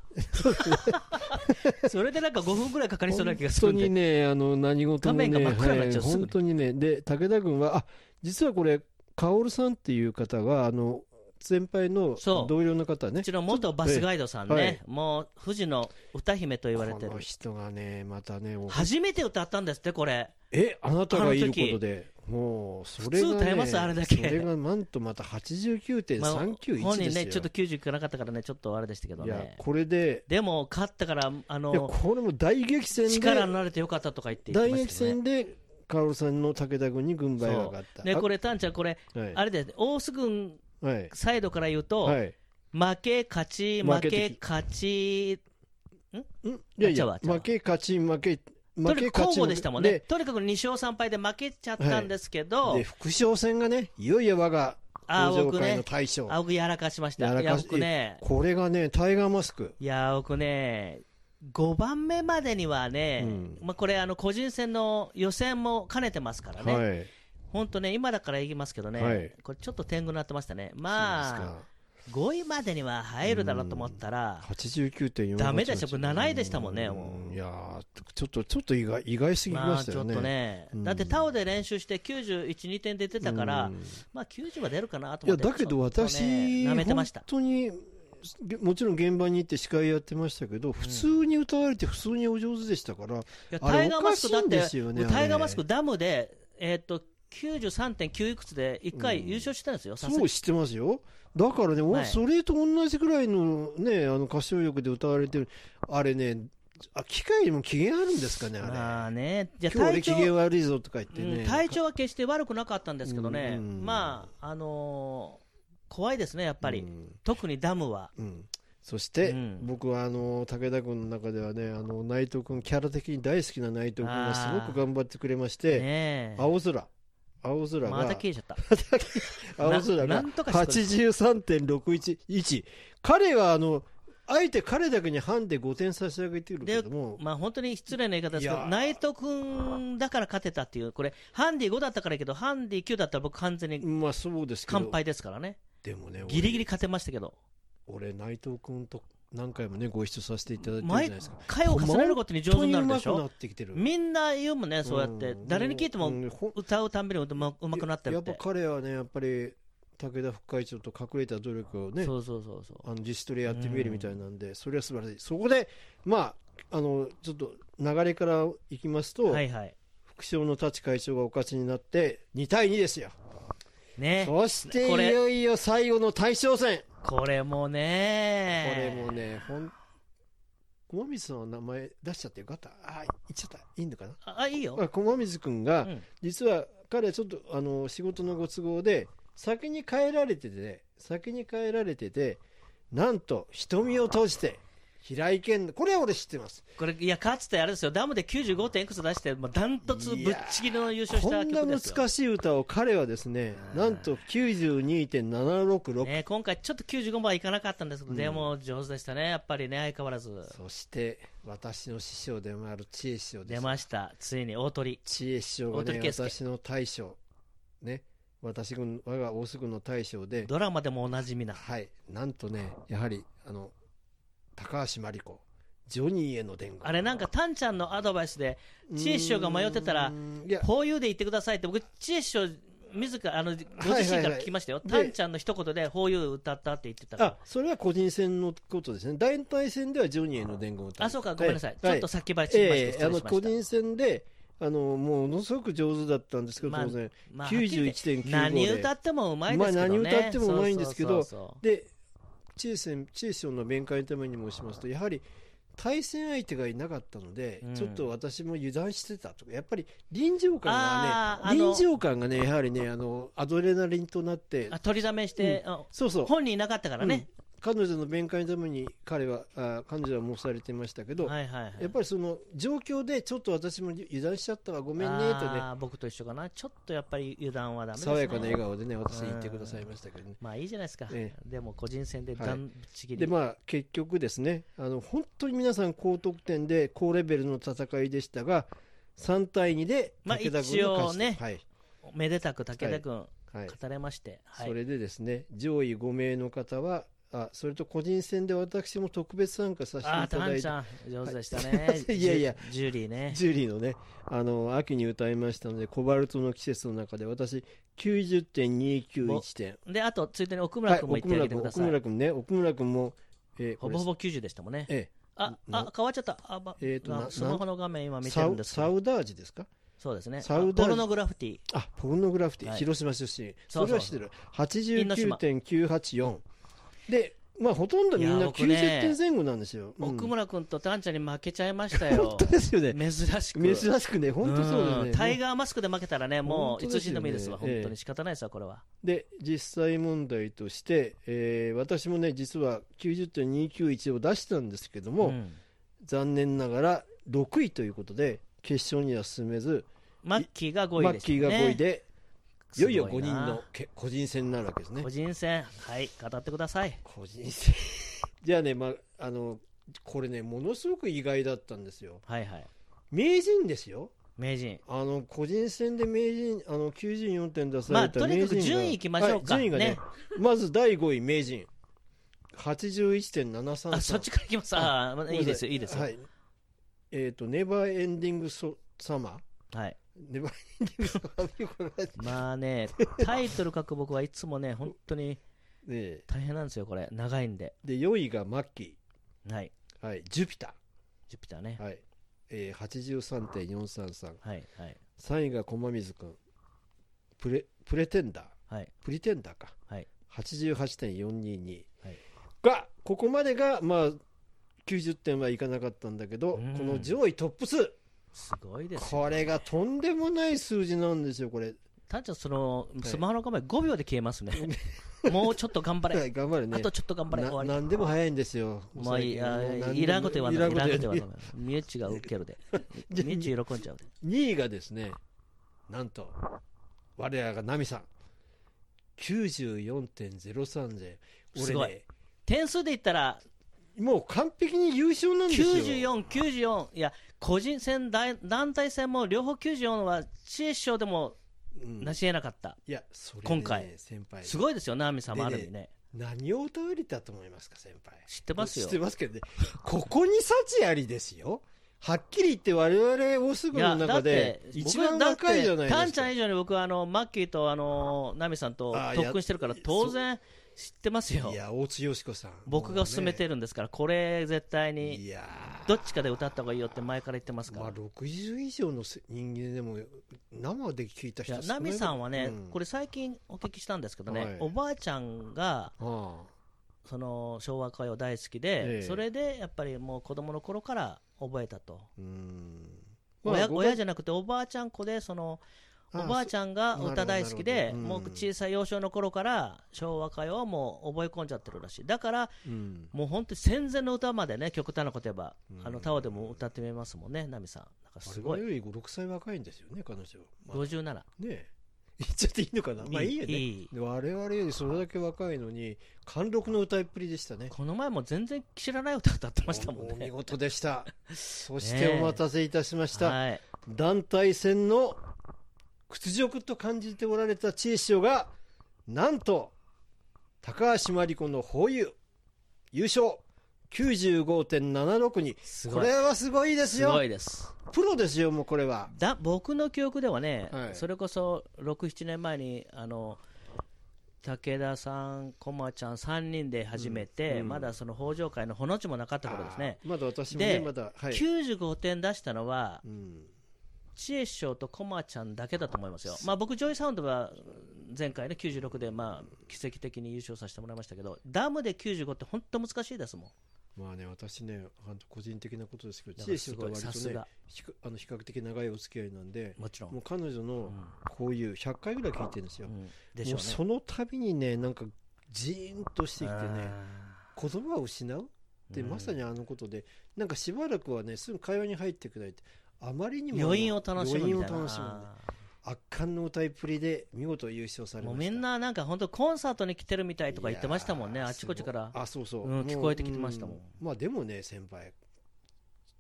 Speaker 2: れでなんか5分くらいかかりそうな気が
Speaker 1: 本
Speaker 2: す
Speaker 1: 当
Speaker 2: るんで。
Speaker 1: にね、あの何事もね、
Speaker 2: 画面が真っ暗になっちゃう
Speaker 1: はい
Speaker 2: すぐ
Speaker 1: 本当にね、で武田軍は、あ実はこれ、薫さんっていう方が、あの先輩の
Speaker 2: そう
Speaker 1: 同僚の方ね
Speaker 2: うち、の元バスガイドさん
Speaker 1: は
Speaker 2: ね
Speaker 1: い、
Speaker 2: もう、富士の歌姫と言われて
Speaker 1: この
Speaker 2: る。
Speaker 1: 人がね、またね、お
Speaker 2: 初めて歌ったんですって、これ。
Speaker 1: えあなたがいることでもうそれが、ね、
Speaker 2: 普通歌えますあれだけ
Speaker 1: それがなんとまた
Speaker 2: まあ
Speaker 1: 89.391
Speaker 2: 本
Speaker 1: で
Speaker 2: 人
Speaker 1: すよ、
Speaker 2: ね、ちょっと90いかなかったからね、ちょっとあれでしたけど
Speaker 1: いや
Speaker 2: ね。
Speaker 1: これで
Speaker 2: でも、勝ったから、あ
Speaker 1: いや
Speaker 2: の、
Speaker 1: これも大激戦で
Speaker 2: 力になれてよかったとか言って言っ
Speaker 1: 大
Speaker 2: てま
Speaker 1: 激
Speaker 2: したよね。
Speaker 1: 戦で薫さんの武田軍に軍配が上がった
Speaker 2: ね、こ
Speaker 1: れ
Speaker 2: れ、たんちゃん、これ、
Speaker 1: はい
Speaker 2: あれだよね、大須軍
Speaker 1: はい
Speaker 2: サイドから言うと、
Speaker 1: はい
Speaker 2: 負け、勝ち、負
Speaker 1: 負け
Speaker 2: け、勝ち、
Speaker 1: んいやい
Speaker 2: あちゃう
Speaker 1: や
Speaker 2: わちゃうわ
Speaker 1: 負け勝ち負け
Speaker 2: と
Speaker 1: 負
Speaker 2: に
Speaker 1: け
Speaker 2: か
Speaker 1: 勝
Speaker 2: く交
Speaker 1: ち
Speaker 2: 互でしたもんね、とにかく2勝3敗で負けちゃったんですけど、
Speaker 1: でで副将戦がねいよいよ我が
Speaker 2: あ
Speaker 1: 工
Speaker 2: 青
Speaker 1: 場
Speaker 2: く
Speaker 1: 会の
Speaker 2: ね、
Speaker 1: 大将、
Speaker 2: 青くやらかしました、
Speaker 1: や
Speaker 2: や
Speaker 1: らか
Speaker 2: ら
Speaker 1: し
Speaker 2: くね、
Speaker 1: これがねタイガーマスク
Speaker 2: いや青くね、5番目までにはね、
Speaker 1: うん
Speaker 2: まあ、これ、あの個人戦の予選も兼ねてますからね、
Speaker 1: はい
Speaker 2: 本当ね、今だから言いますけどね、
Speaker 1: はい
Speaker 2: これちょっと天狗になってました
Speaker 1: そ
Speaker 2: ね、
Speaker 1: うです
Speaker 2: まあ、
Speaker 1: か
Speaker 2: 5位までには入るだろうと思ったら、
Speaker 1: 89.4
Speaker 2: ダメでした僕7位でしたもんねもう
Speaker 1: いやーちょっとちょっと意外意外すぎ
Speaker 2: ま
Speaker 1: ま
Speaker 2: あ
Speaker 1: した
Speaker 2: ち
Speaker 1: よ
Speaker 2: ょっ
Speaker 1: ね、
Speaker 2: とね、
Speaker 1: うん
Speaker 2: だってタオで練習して91、2点出てたから、
Speaker 1: うん
Speaker 2: まあ90は出るかなと
Speaker 1: い
Speaker 2: 思
Speaker 1: や
Speaker 2: って、
Speaker 1: だけど私、
Speaker 2: な、舐めてました
Speaker 1: 本、当にもちろん現場に行って司会やってましたけど普通に歌われて普通にお上手でしたから、
Speaker 2: いや
Speaker 1: あれ
Speaker 2: タイガーマスクだっ
Speaker 1: お
Speaker 2: て
Speaker 1: かしいんですよね、あれ
Speaker 2: タイガーマスクダムで、えーっと93.9いくつで1
Speaker 1: う
Speaker 2: 回
Speaker 1: ん
Speaker 2: 優勝してるんですよ、さす
Speaker 1: そ
Speaker 2: が
Speaker 1: う知ってますよだからね、お
Speaker 2: はい
Speaker 1: それと同じくらいのねあの歌唱力で歌われてるあれねあ機械にも機嫌あるんですかねあれ、
Speaker 2: まあね、じゃあ
Speaker 1: 今日俺
Speaker 2: 体
Speaker 1: 機
Speaker 2: 調、
Speaker 1: 嫌悪いぞとか言って
Speaker 2: う
Speaker 1: ね、
Speaker 2: ん体調は決して悪くなかったんですけどね、
Speaker 1: うん
Speaker 2: まあ、あのー怖いですね、やっぱり、
Speaker 1: うん
Speaker 2: 特にダムは。
Speaker 1: うん、そして、
Speaker 2: うん
Speaker 1: 僕はあの武田君の中ではねあの内藤君キャラ的に大好きな内藤君がすごく頑張ってくれまして、
Speaker 2: ねえ
Speaker 1: 青空青空が、
Speaker 2: また消えちゃった。
Speaker 1: 青空
Speaker 2: な
Speaker 1: が
Speaker 2: なんとかしてくれ
Speaker 1: 83.611彼はあのあえて彼だけにハンデ5点差し上げてるけれども
Speaker 2: まあ、本当に失礼な言い方ですけ
Speaker 1: いや
Speaker 2: ど、
Speaker 1: ー
Speaker 2: 内藤君だから勝てたっていう、これ、ハンディ5だったからいいけど、ハンディ9だったら僕、完全に
Speaker 1: まあそうですけど
Speaker 2: 完敗ですからね、
Speaker 1: でもね俺
Speaker 2: ギリギリ勝てましたけど、
Speaker 1: 俺内藤君と何回もねご一緒させていただいてるじゃない
Speaker 2: 毎
Speaker 1: ですか
Speaker 2: 回を重ねることに上手になるで
Speaker 1: 本当に上手
Speaker 2: し
Speaker 1: くな
Speaker 2: ょ、
Speaker 1: ってきてる
Speaker 2: みんな言うもんね、そうやっ
Speaker 1: う
Speaker 2: て
Speaker 1: ん、
Speaker 2: 誰に聞いて
Speaker 1: う
Speaker 2: も
Speaker 1: んほん
Speaker 2: 歌うたんびにうま上手くなってるっ
Speaker 1: や
Speaker 2: て
Speaker 1: っぱ、彼はねやっぱり武田副会長と隠れた努力をね
Speaker 2: そうそうそうそう、
Speaker 1: あの自主トレやってみるみたいなんで、それは素晴らしいそこでまああのちょっと流れからいきますと、
Speaker 2: はいはい、
Speaker 1: 副将の舘会長がお勝ちになって2対2ですよ
Speaker 2: ね、
Speaker 1: そして
Speaker 2: これ
Speaker 1: いよいよ最後の大将戦
Speaker 2: これも
Speaker 1: こ
Speaker 2: ね、
Speaker 1: れもねほん駒水さんの名前出しちゃってよかったあ言っちゃったいいのかな
Speaker 2: ああいいよ、
Speaker 1: あ駒水君が、
Speaker 2: うん
Speaker 1: 実は彼はちょっとあの仕事のご都合で先に帰られてて先に帰られててなんと瞳を閉じて平井堅これは俺知ってます
Speaker 2: これいやかつてあれですよダムで95点いくつ出してもうダントツぶっちぎりの優勝し
Speaker 1: こ
Speaker 2: た
Speaker 1: んな
Speaker 2: 曲ですよ
Speaker 1: 難しい歌を彼はですねなんと92.766、
Speaker 2: ね、今回ちょっと95番いかなかったんですけど、でも上手でしたねやっぱりね相変わらず
Speaker 1: そして私の師匠でもある知恵師匠で
Speaker 2: 出
Speaker 1: す
Speaker 2: ましたついに大鳥
Speaker 1: 知恵師匠が
Speaker 2: 大鳥
Speaker 1: ね
Speaker 2: 圭介
Speaker 1: 私の大将ね私軍我が大須軍の大将で
Speaker 2: ドラマでもおなじみな
Speaker 1: はいなんとねやはりあの高橋真理子ジョニーへの伝言
Speaker 2: あれなんかタンちゃんのアドバイスで知恵師匠が迷ってたら
Speaker 1: うーんいや
Speaker 2: こういうで言ってくださいって、僕、知恵師匠、自らあのご自身から聞きましたよ、
Speaker 1: はいはいはい
Speaker 2: タンちゃんの一言で、こういう歌ったって言ってたから
Speaker 1: あ、それは個人戦のことですね、団体戦ではジョニーへの伝言を歌
Speaker 2: あそうか、ごめんなさい、ちょっと先ばいしまして、
Speaker 1: ええ
Speaker 2: 失
Speaker 1: あ
Speaker 2: 礼
Speaker 1: の
Speaker 2: しま
Speaker 1: 個
Speaker 2: し
Speaker 1: 人戦であの、ものすごく上手だったんですけど、
Speaker 2: まあ
Speaker 1: 当然、
Speaker 2: たまあ。はっきり言って
Speaker 1: 91.95で、
Speaker 2: 何歌ってもうまいですけど
Speaker 1: ま
Speaker 2: ね、
Speaker 1: あ何歌ってもうまいんですけど
Speaker 2: そうそうそう
Speaker 1: でチェ戦チェションの弁解のために申しますと、やはり対戦相手がいなかったので、
Speaker 2: うん
Speaker 1: ちょっと私も油断してたとか、やっぱり臨場感
Speaker 2: あー
Speaker 1: が
Speaker 2: あ
Speaker 1: ね、
Speaker 2: の
Speaker 1: 臨場感がね、やはりね、あのアドレナリンとなって
Speaker 2: あ、取りだめして、あ
Speaker 1: そうそう、
Speaker 2: 本人いなかったからね、
Speaker 1: 彼女の弁解のために彼はあ彼女は申されてましたけど、
Speaker 2: はいはいはい、
Speaker 1: やっぱりその状況でちょっと私も油断しちゃったわごめんねとね
Speaker 2: あー僕と一緒かな、ちょっとやっぱり油断はだめですね、
Speaker 1: 爽やかな笑顔でね私に言ってくださいましたけどね
Speaker 2: まあいいじゃないですか、
Speaker 1: え
Speaker 2: でも個人戦で
Speaker 1: はい
Speaker 2: だんぶっちぎり、
Speaker 1: でまあ結局ですねあの本当に皆さん高得点で高レベルの戦いでしたが3対2で
Speaker 2: まあ
Speaker 1: 武田軍の勝ちと、
Speaker 2: 一応ね
Speaker 1: はい
Speaker 2: めでたく武田君、
Speaker 1: はい
Speaker 2: 語れまして、はい
Speaker 1: それでですね上位5名の方はあそれと個人戦で私も特別参加させて
Speaker 2: ああ、
Speaker 1: いた
Speaker 2: タ
Speaker 1: だ
Speaker 2: ン
Speaker 1: い
Speaker 2: ち
Speaker 1: て
Speaker 2: ゃん、上手でした
Speaker 1: はい
Speaker 2: ね
Speaker 1: すいませ。ん いやいや
Speaker 2: ジュ、ジュリーね。
Speaker 1: ジュリーのねあの秋に歌いましたので「コバルトの季節」の中で私90.291点
Speaker 2: で、あと、ついでに奥村君も言ってあげてくだ
Speaker 1: 奥
Speaker 2: さい。
Speaker 1: 村君ね、奥村君も、えー
Speaker 2: ほぼほぼ90でしたもんね。
Speaker 1: え
Speaker 2: あ、
Speaker 1: な
Speaker 2: あ、変わっちゃった。あ、ま、
Speaker 1: えーとな
Speaker 2: あスマホの画面今
Speaker 1: ー
Speaker 2: 見て
Speaker 1: サ
Speaker 2: るん
Speaker 1: ウ
Speaker 2: ですけ
Speaker 1: サ
Speaker 2: ど
Speaker 1: ウダージですか
Speaker 2: そうですね。
Speaker 1: サ
Speaker 2: あ
Speaker 1: ウダージ
Speaker 2: ポルノグラフィティ。
Speaker 1: あ、ポルノグラフィティ、
Speaker 2: はい
Speaker 1: 広島出身。
Speaker 2: そ
Speaker 1: そう
Speaker 2: そう
Speaker 1: れは知ってる。89.984。で、まあ、ほとんどみん
Speaker 2: いや
Speaker 1: な
Speaker 2: 僕ね
Speaker 1: 90点前後なんですよ。うん
Speaker 2: 奥村君とタンちゃんに負けちゃいましたよ
Speaker 1: 本当。ですよね。
Speaker 2: 珍しく。
Speaker 1: 珍しくね、本当そうです
Speaker 2: ん
Speaker 1: ね。
Speaker 2: タイガーマスクで負けたらね、
Speaker 1: 本
Speaker 2: もう、い
Speaker 1: 当
Speaker 2: つ
Speaker 1: ですよね
Speaker 2: 死んでもいいですわ。
Speaker 1: ええ
Speaker 2: 本当に仕方ないですわ、これは。
Speaker 1: で、実際問題として、えー私もね、実は90.291を出したんですけども、
Speaker 2: うん
Speaker 1: 残念ながら6位ということで、決勝には進めず、
Speaker 2: マッキーが
Speaker 1: マ
Speaker 2: 5位
Speaker 1: ッ
Speaker 2: でした
Speaker 1: キー
Speaker 2: ね。
Speaker 1: が5位で、いよいよ
Speaker 2: すご
Speaker 1: 5人
Speaker 2: な
Speaker 1: のけ個人戦になるわけですね
Speaker 2: 個。人戦。はい、語ってください。
Speaker 1: 個人戦 じゃあね、まあ、あの、これね、ものすごく意外だったんですよ。
Speaker 2: はいはい。
Speaker 1: 名人ですよ。
Speaker 2: 名人。
Speaker 1: あの、個人戦で名人、あの、94点出
Speaker 2: ま
Speaker 1: さ
Speaker 2: あ、
Speaker 1: れ
Speaker 2: と
Speaker 1: た
Speaker 2: に
Speaker 1: 名人が、
Speaker 2: かく順位いきましょうか。
Speaker 1: はい順位がね、
Speaker 2: ね。
Speaker 1: まず第5位、名人。81.733。
Speaker 2: あ、そっちから行きます。あーまあ、いいですよ、いいですよ。は。
Speaker 1: はいい。えっ、と、ネバーエンディングソサマー。ネバーエンディングサマー。よくわかんない
Speaker 2: まあね、タイトル書く僕はいつもね、本当に
Speaker 1: ねえ
Speaker 2: 大変なんですよ、これ。長いんで。
Speaker 1: で、4位がマッキ
Speaker 2: はい。
Speaker 1: ー。はい。ジュピター。
Speaker 2: ジュピターね。
Speaker 1: はい。えー、83.433。
Speaker 2: はい、はい、
Speaker 1: 3位が駒水くん。プレ、プレテンダー。
Speaker 2: はい、
Speaker 1: プリテンダーか。
Speaker 2: はい。
Speaker 1: 88.422。
Speaker 2: はい
Speaker 1: が、ここまでが、まあ、90点はいかなかったんだけど、
Speaker 2: うん
Speaker 1: この上位トップ数。
Speaker 2: すごいですよ。
Speaker 1: これがとんでもない数字なんですよ、これ。
Speaker 2: タンちゃん、その、スマホの画面5秒で消えますね。もうちょっと頑張
Speaker 1: は
Speaker 2: れ。
Speaker 1: い頑張るね
Speaker 2: あ。とちょっと頑張れ。
Speaker 1: な
Speaker 2: 終わり。
Speaker 1: 何でも早いんですよ。
Speaker 2: まあいい、あーいらんこと言わない。いらんこと言わない。ミュッチがウケるで。ミュッチ喜んじゃうで。
Speaker 1: 2位がですね、なんと、我らがナミさん。94.03で。
Speaker 2: すご
Speaker 1: 俺
Speaker 2: い
Speaker 1: ね、
Speaker 2: 点数で言ったら、
Speaker 1: もう完璧に優勝なんですよ。
Speaker 2: 94、94、いや、個人戦、大団体戦も両方94は、知恵師匠でも
Speaker 1: うん
Speaker 2: 成し得なかった、
Speaker 1: いや、それ、ね、
Speaker 2: 今回
Speaker 1: 先輩。
Speaker 2: すごいですよ、ナーミさんもある意味ね、
Speaker 1: 何を歌われたと思いますか、先輩。
Speaker 2: 知ってますよ
Speaker 1: 知ってますけどね。ここに幸ありですよ。はっきり言って我々大す
Speaker 2: い
Speaker 1: ぐの
Speaker 2: やだ
Speaker 1: 中
Speaker 2: って
Speaker 1: で、、一番若いじゃないですか。
Speaker 2: タンちゃん以上に僕はあのマッキーとあのナーミさんと
Speaker 1: あー
Speaker 2: 特訓してるから、
Speaker 1: や
Speaker 2: 当然知ってますよ
Speaker 1: い、や、大津よしこさん。
Speaker 2: 僕が勧めてるんですから、これ絶対
Speaker 1: もうね
Speaker 2: に、
Speaker 1: いやー
Speaker 2: どっちかで歌った方がいいよって前から言ってますか
Speaker 1: ま
Speaker 2: ら
Speaker 1: あ、。60以上のせ人間でも、生で聞いた
Speaker 2: い
Speaker 1: 人
Speaker 2: やナミさんはね、こ
Speaker 1: れ、
Speaker 2: れ最近お聞きしたんですけどね、
Speaker 1: はい
Speaker 2: おばあちゃんが
Speaker 1: ああ
Speaker 2: その昭和歌謡大好きで、
Speaker 1: ええ
Speaker 2: それでやっぱりもう子供の頃から覚えたと、
Speaker 1: うーん。
Speaker 2: 親
Speaker 1: ご
Speaker 2: 親じゃなくておばあちゃん子でその
Speaker 1: ああ
Speaker 2: おばあちゃんが
Speaker 1: そう
Speaker 2: 歌大好き
Speaker 1: なる
Speaker 2: で、
Speaker 1: ほどなる
Speaker 2: も
Speaker 1: ほ
Speaker 2: う
Speaker 1: どうん
Speaker 2: 小さい幼少の頃から昭和歌謡をもう覚え込んじゃってるらしいだから
Speaker 1: うん
Speaker 2: もう本当に戦前の歌までね極端なこと言えば、
Speaker 1: うん
Speaker 2: あのタオでも歌ってみますもんね奈美さんなんかすご
Speaker 1: あ
Speaker 2: い
Speaker 1: れより56歳若いんですよね彼女、まあね
Speaker 2: 57、
Speaker 1: え 言っちゃっていいのかなまあいいよね
Speaker 2: い
Speaker 1: で我々よりそれだけ若いのに貫禄の歌いっぷりでしたね
Speaker 2: この前も全然知らない歌歌ってましたもん
Speaker 1: お見
Speaker 2: ね
Speaker 1: 事でした そし
Speaker 2: ね
Speaker 1: て
Speaker 2: え
Speaker 1: お待たせいたしました、
Speaker 2: はい
Speaker 1: 団体戦の屈辱と感じておられた知恵師匠がなんと高橋真理子の保有優勝95.76に
Speaker 2: す
Speaker 1: こ
Speaker 2: ごい
Speaker 1: れはすごいです
Speaker 2: す
Speaker 1: よ
Speaker 2: ごいです
Speaker 1: プロですよもうこれは
Speaker 2: だ僕の記憶ではね、
Speaker 1: はい
Speaker 2: それこそ67年前にあの武田さん、駒ちゃん3人で始めて、
Speaker 1: うんうん
Speaker 2: まだその北条会のほの字もなかった頃ですね、
Speaker 1: あーまだ私もね
Speaker 2: で
Speaker 1: まだはい、
Speaker 2: 95点出したのは
Speaker 1: う、ん
Speaker 2: 知恵師匠と駒ちゃんだけだと思いますよ、まあ、僕、ジョイサウンドは前回ね、96で、まあ、奇跡的に優勝させてもらいましたけど、ダムで95って本当難しいですもん、
Speaker 1: まあね私ねあの個人的なことですけど
Speaker 2: だ
Speaker 1: 知
Speaker 2: か
Speaker 1: 恵
Speaker 2: ら
Speaker 1: 師匠と
Speaker 2: すご、
Speaker 1: はい割
Speaker 2: さ
Speaker 1: と
Speaker 2: す
Speaker 1: ね
Speaker 2: が、
Speaker 1: ひくあの比較的長いお付き合いなんで
Speaker 2: もちろん。
Speaker 1: もう彼女のこういう100回ぐらい聞いてるんですよ、
Speaker 2: うんでし
Speaker 1: も
Speaker 2: ょ
Speaker 1: う
Speaker 2: う
Speaker 1: その度にねなんかジーンとしてき
Speaker 2: ね
Speaker 1: てね
Speaker 2: あ
Speaker 1: 言葉を失うって
Speaker 2: うん
Speaker 1: まさにあのことで、なんかしばらくはねすぐ会話に入ってくれってあまりに
Speaker 2: ー
Speaker 1: も
Speaker 2: 余韻を楽しむみた
Speaker 1: 余
Speaker 2: い
Speaker 1: 韻
Speaker 2: な。
Speaker 1: を楽しむね圧巻の歌いっぷりで見事優勝されま
Speaker 2: もう
Speaker 1: した
Speaker 2: みんななんか本当コンサートに来てるみたいとか言ってましたもんね、
Speaker 1: いやー
Speaker 2: あちこちから
Speaker 1: す。ごいあそうそう、
Speaker 2: うん
Speaker 1: も
Speaker 2: 聞こえてきてましたもん
Speaker 1: うまあでもね先輩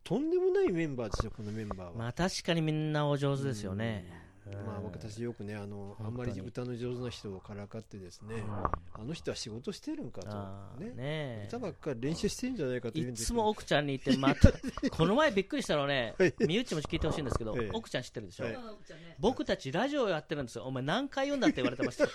Speaker 1: とんでもないメンバーですよこのメンバーは、
Speaker 2: まあ確かにみんなお上手ですよね。うん
Speaker 1: まあ、私よくねあの
Speaker 2: 本当に
Speaker 1: あんまり歌の上手な人をからかってですね、あの人は仕事してるんか
Speaker 2: あ
Speaker 1: と、
Speaker 2: ー
Speaker 1: ね
Speaker 2: ね
Speaker 1: 歌ばっかり練習してんじゃないかと言う
Speaker 2: い
Speaker 1: んです
Speaker 2: つ
Speaker 1: け
Speaker 2: も
Speaker 1: ど
Speaker 2: 奥ちゃん に言って、また、この前びっくりしたのね
Speaker 1: はい、
Speaker 2: 身内も聞いてほしいんですけど
Speaker 1: ええ、
Speaker 2: 奥ちゃん知ってるでしょ
Speaker 1: はい
Speaker 2: 僕たちラジオやってるんですよ。お前何回言うんだって言われて ました。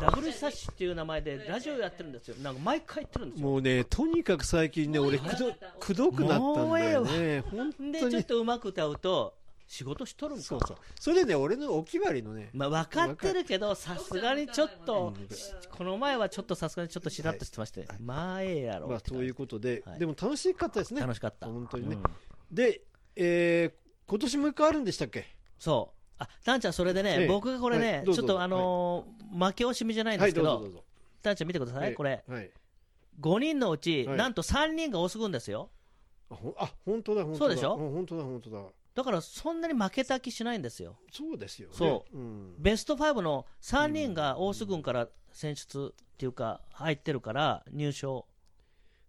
Speaker 2: ダブルサッシュっていう名前でラジオやってるんですよ。なんか毎回言ってるんですよ。
Speaker 1: もうねとにかく最近ね俺くどくどくなったんだよね本当
Speaker 2: で、ちょっ
Speaker 1: に
Speaker 2: とうまく歌うと、仕事しとるん
Speaker 1: そ
Speaker 2: か
Speaker 1: う。そうそれでね俺のお決まりのね
Speaker 2: まあ、分かってるけど、さすがにちょっと
Speaker 1: うん、
Speaker 2: この前はちょっとさすがにちょっとしらっとしてまして、まあ、ええやろ
Speaker 1: まあということで、
Speaker 2: はい
Speaker 1: でも楽しかったですね
Speaker 2: 楽しかった。
Speaker 1: 本当にね
Speaker 2: うん
Speaker 1: で、えー今年もう一回あるんでしたっけ
Speaker 2: そう。あ、タンちゃん、それで
Speaker 1: ええ
Speaker 2: ね、僕がこれ
Speaker 1: は
Speaker 2: ね
Speaker 1: い、
Speaker 2: ち
Speaker 1: ど
Speaker 2: ょ
Speaker 1: う
Speaker 2: っ
Speaker 1: ぞ
Speaker 2: とあのー、負け惜しみじゃないんで
Speaker 1: はい
Speaker 2: すけ
Speaker 1: どうぞど
Speaker 2: ど
Speaker 1: う、ぞ
Speaker 2: タンちゃん見てくださ
Speaker 1: ええ
Speaker 2: い、これ。
Speaker 1: はい
Speaker 2: 5人のうち、
Speaker 1: はい
Speaker 2: なんと3人がおすぐんですよ。
Speaker 1: あほんあ本当だ本当だ
Speaker 2: そうでしょ
Speaker 1: ん本当だ本当だ
Speaker 2: だから、そんなに負けた気しないんですよ。
Speaker 1: そうですよね、
Speaker 2: そう
Speaker 1: ん、
Speaker 2: ベスト5の3人が大須軍から選出っていうか、入ってるから、入賞。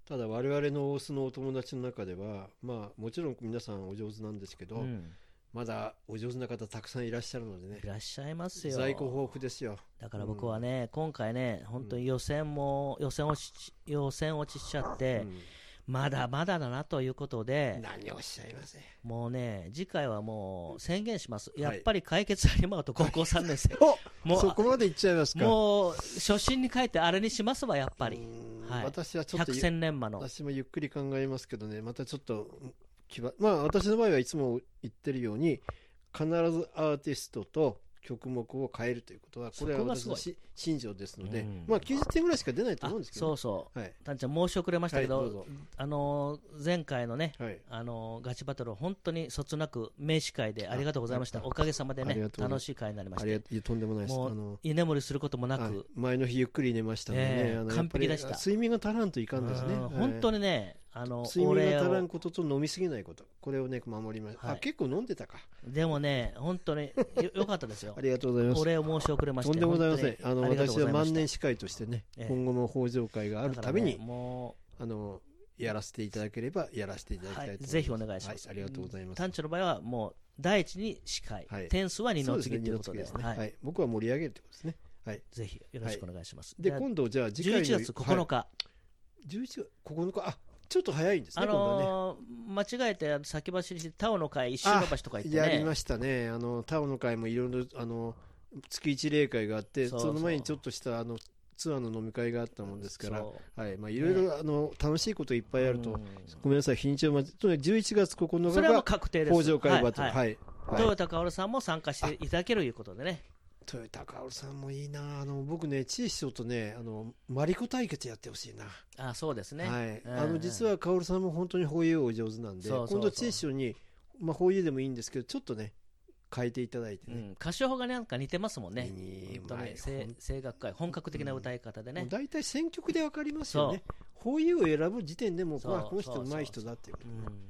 Speaker 1: ただ我々の大須のお友達の中ではまあもちろん皆さんお上手なんですけど、
Speaker 2: うん
Speaker 1: まだお上手な方たくさんいらっしゃるのでね
Speaker 2: いらっしゃいますよ。
Speaker 1: 在庫豊富ですよ
Speaker 2: だから僕はね、今回ね、本当に予選も、予選落ち、予選落ちしちゃって、
Speaker 1: うん
Speaker 2: まだまだだなということで、
Speaker 1: 何をおっしゃいますね
Speaker 2: もうね、次回はもう宣言します。
Speaker 1: い
Speaker 2: やっぱり解決有馬と高校3 年生。
Speaker 1: お
Speaker 2: も
Speaker 1: そこ
Speaker 2: う、
Speaker 1: までいっちゃいますか
Speaker 2: もう、初心に書いてあれにしますわ、やっぱ
Speaker 1: う
Speaker 2: り。
Speaker 1: ん
Speaker 2: はい
Speaker 1: 私はちょっと
Speaker 2: 百戦錬磨の。
Speaker 1: 私もゆっくり考えますけどねまたちょっと気はまあ私の場合はいつも言ってるように必ずアーティストと曲目を変えるということはこれは
Speaker 2: そこが
Speaker 1: 私
Speaker 2: す
Speaker 1: の
Speaker 2: ごい
Speaker 1: し信条ですので、
Speaker 2: うん
Speaker 1: まあ90点ぐらいしか出ないと
Speaker 2: あ
Speaker 1: 思うんですけど
Speaker 2: そ
Speaker 1: ね、
Speaker 2: うそ。
Speaker 1: はいう
Speaker 2: たんちゃん、申し遅れましたけ
Speaker 1: はい
Speaker 2: ど
Speaker 1: ど、
Speaker 2: あのー、前回のね、
Speaker 1: はい
Speaker 2: あのーガチバトル、本当にそつなく名刺会でありがとうございました。おかげさまで
Speaker 1: ありが
Speaker 2: ね、
Speaker 1: とうございま
Speaker 2: 楽
Speaker 1: す
Speaker 2: しい会になりま
Speaker 1: あ
Speaker 2: し
Speaker 1: り
Speaker 2: て
Speaker 1: が。とうとんでもないです
Speaker 2: も
Speaker 1: あ
Speaker 2: う
Speaker 1: の
Speaker 2: 居眠りすることもな
Speaker 1: はい
Speaker 2: く、
Speaker 1: 前の日ゆっくり寝ましたのでね、
Speaker 2: ええ
Speaker 1: あの
Speaker 2: 完璧でした
Speaker 1: やっぱり睡眠が足らんといかんですね、
Speaker 2: うん本当
Speaker 1: に
Speaker 2: にね、あの
Speaker 1: 睡
Speaker 2: お
Speaker 1: 眠
Speaker 2: 礼
Speaker 1: が足らん
Speaker 2: を、
Speaker 1: ことと飲みすぎないことこれをね守りました、
Speaker 2: は
Speaker 1: あ
Speaker 2: い
Speaker 1: 結構飲んでたか
Speaker 2: でもね、本当によ よかったですよ
Speaker 1: あ、りがとうございます
Speaker 2: お礼を申し遅れまして、
Speaker 1: とんでもございません。
Speaker 2: 本
Speaker 1: あの
Speaker 2: 当にりがとう
Speaker 1: 私
Speaker 2: ござ
Speaker 1: はい
Speaker 2: まし
Speaker 1: 万
Speaker 2: た
Speaker 1: 年司会としてね、
Speaker 2: ええ
Speaker 1: 今後も北条会があるため
Speaker 2: だ
Speaker 1: に、
Speaker 2: からねも
Speaker 1: あのやらせていただければやらせていただきたいと思います。
Speaker 2: はいぜひお願いします
Speaker 1: はありがとうございま
Speaker 2: う、
Speaker 1: す。
Speaker 2: タンチョの場合は、もう第一に司会、
Speaker 1: はい
Speaker 2: 点数は二
Speaker 1: そうで
Speaker 2: の
Speaker 1: す
Speaker 2: 次
Speaker 1: ね。二の
Speaker 2: ということ
Speaker 1: 次
Speaker 2: で、
Speaker 1: ですね。は、
Speaker 2: はいい
Speaker 1: 僕は盛り上げるということですね。はい。
Speaker 2: ぜひよろしくお願いします。
Speaker 1: で
Speaker 2: で
Speaker 1: 今度じゃあ次回
Speaker 2: 11
Speaker 1: の
Speaker 2: 月9
Speaker 1: はい
Speaker 2: 日、
Speaker 1: 11月9日あちょっと早いんですね。
Speaker 2: あ
Speaker 1: 今度はね
Speaker 2: のー間違えてあの先走りして、タオの会、一周伸ばしとか言って
Speaker 1: やり
Speaker 2: ね
Speaker 1: ま、したね。あのタオの会もいろいろあの月一例会があって
Speaker 2: そ
Speaker 1: そう
Speaker 2: そう
Speaker 1: の前にちょっとしたあのツアーの飲み会があったもんですから
Speaker 2: そ、
Speaker 1: はいまあいろいろあの楽しいこといっぱいあると。
Speaker 2: うん
Speaker 1: ごめんなさい、日にちを待ち、とにかく11月9
Speaker 2: そ
Speaker 1: 日
Speaker 2: れはもう
Speaker 1: が
Speaker 2: 確定です。
Speaker 1: 北条会バトル、
Speaker 2: はいはい
Speaker 1: はい、はい
Speaker 2: 豊田薫さんも参加していただけるということでね。
Speaker 1: 豊田薫さんもいいな、あの僕ね、知恵師匠とね、あのマリコ対決やってほしいな、
Speaker 2: あそうですね。
Speaker 1: はい
Speaker 2: うん
Speaker 1: あの実は薫さんも本当に保有お上手なんで、
Speaker 2: そうそうそう
Speaker 1: 今度、知恵師匠に、まあ、保有でもいいんですけど、ちょっとね、変えていただいて
Speaker 2: う
Speaker 1: ね。
Speaker 2: ん、歌唱がなんか似てますもんね、
Speaker 1: ね
Speaker 2: 本当
Speaker 1: まあ
Speaker 2: ね、声声楽会、本格的な歌い方で
Speaker 1: もう
Speaker 2: ね、
Speaker 1: 大体選曲でわかりますよね。こういうを選ぶ時点でもう、
Speaker 2: そう
Speaker 1: まあ、この人
Speaker 2: そう
Speaker 1: う
Speaker 2: そう
Speaker 1: まい人だっていう。
Speaker 2: うん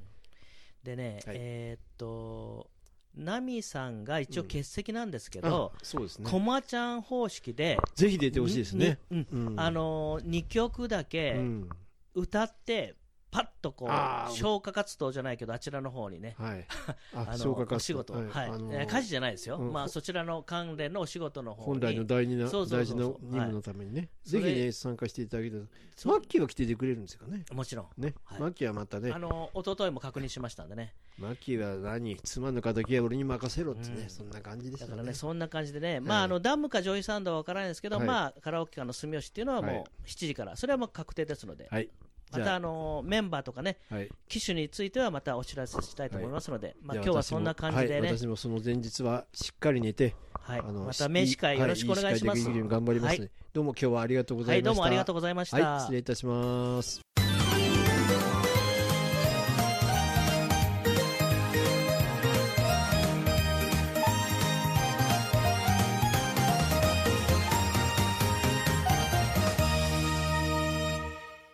Speaker 2: でね、
Speaker 1: はい
Speaker 2: えーっと、ナミさんが一応、
Speaker 1: うん
Speaker 2: 欠席なんですけ
Speaker 1: あ
Speaker 2: ど、
Speaker 1: そうですね
Speaker 2: コ。マちゃん方式で、
Speaker 1: ぜひ出てほしいですね。
Speaker 2: に、に
Speaker 1: うん
Speaker 2: うんあのー、2曲だ
Speaker 1: う
Speaker 2: け
Speaker 1: ん。
Speaker 2: 歌って、パッとこ
Speaker 1: あー
Speaker 2: う消火活動じゃないけど、あちらの方にね、
Speaker 1: はい。
Speaker 2: あ
Speaker 1: あ
Speaker 2: の
Speaker 1: 消化
Speaker 2: お
Speaker 1: 活
Speaker 2: 仕
Speaker 1: 動
Speaker 2: 事、はい
Speaker 1: あの
Speaker 2: えー家事じゃないですよ、
Speaker 1: うん
Speaker 2: まあ、
Speaker 1: ほ
Speaker 2: そちらの関連のお仕事の方
Speaker 1: 本来の
Speaker 2: に、
Speaker 1: 大事な、
Speaker 2: そ
Speaker 1: 大
Speaker 2: うそ
Speaker 1: 事
Speaker 2: うそう
Speaker 1: な
Speaker 2: そう
Speaker 1: 任務のためにね。
Speaker 2: そ
Speaker 1: ぜ
Speaker 2: れ
Speaker 1: ひね、参加していただけたら。
Speaker 2: そ
Speaker 1: マ
Speaker 2: う
Speaker 1: ッキーは来ててくれるんですかね。
Speaker 2: もちろん、
Speaker 1: ね。
Speaker 2: はい
Speaker 1: マッキーはまたね
Speaker 2: あ、の一昨日も確認しましたんでね、
Speaker 1: マッキーは何妻の敵は俺に任せろってね、
Speaker 2: うん
Speaker 1: そんな感じです
Speaker 2: だ
Speaker 1: よ
Speaker 2: か
Speaker 1: ね。
Speaker 2: らね、そんな感じでね、ま
Speaker 1: は
Speaker 2: あ、
Speaker 1: い
Speaker 2: あのダムかジョイサウンドは分からないですけど、
Speaker 1: はい
Speaker 2: まあ、カラオケ館の住吉っていうのは
Speaker 1: はい
Speaker 2: もう7時から、それはもう確定ですので、
Speaker 1: はい。
Speaker 2: ま
Speaker 1: じゃ
Speaker 2: た
Speaker 1: あ
Speaker 2: あのメンバーとかね、
Speaker 1: はい。
Speaker 2: 機種についてはまたお知らせしたいと思いますので、まあ
Speaker 1: じゃあ
Speaker 2: 今日はそんな感じ
Speaker 1: 私も
Speaker 2: でね
Speaker 1: はい、、私もその前日はしっかり寝て、
Speaker 2: はい
Speaker 1: あの
Speaker 2: また名司会よろしくお願いしま
Speaker 1: は
Speaker 2: す。
Speaker 1: いい司会できるように頑張りますね、
Speaker 2: は
Speaker 1: どうも今日はありがとうござ
Speaker 2: はいい、
Speaker 1: ました。
Speaker 2: どうもありがとうございました。
Speaker 1: はい、失礼いたします。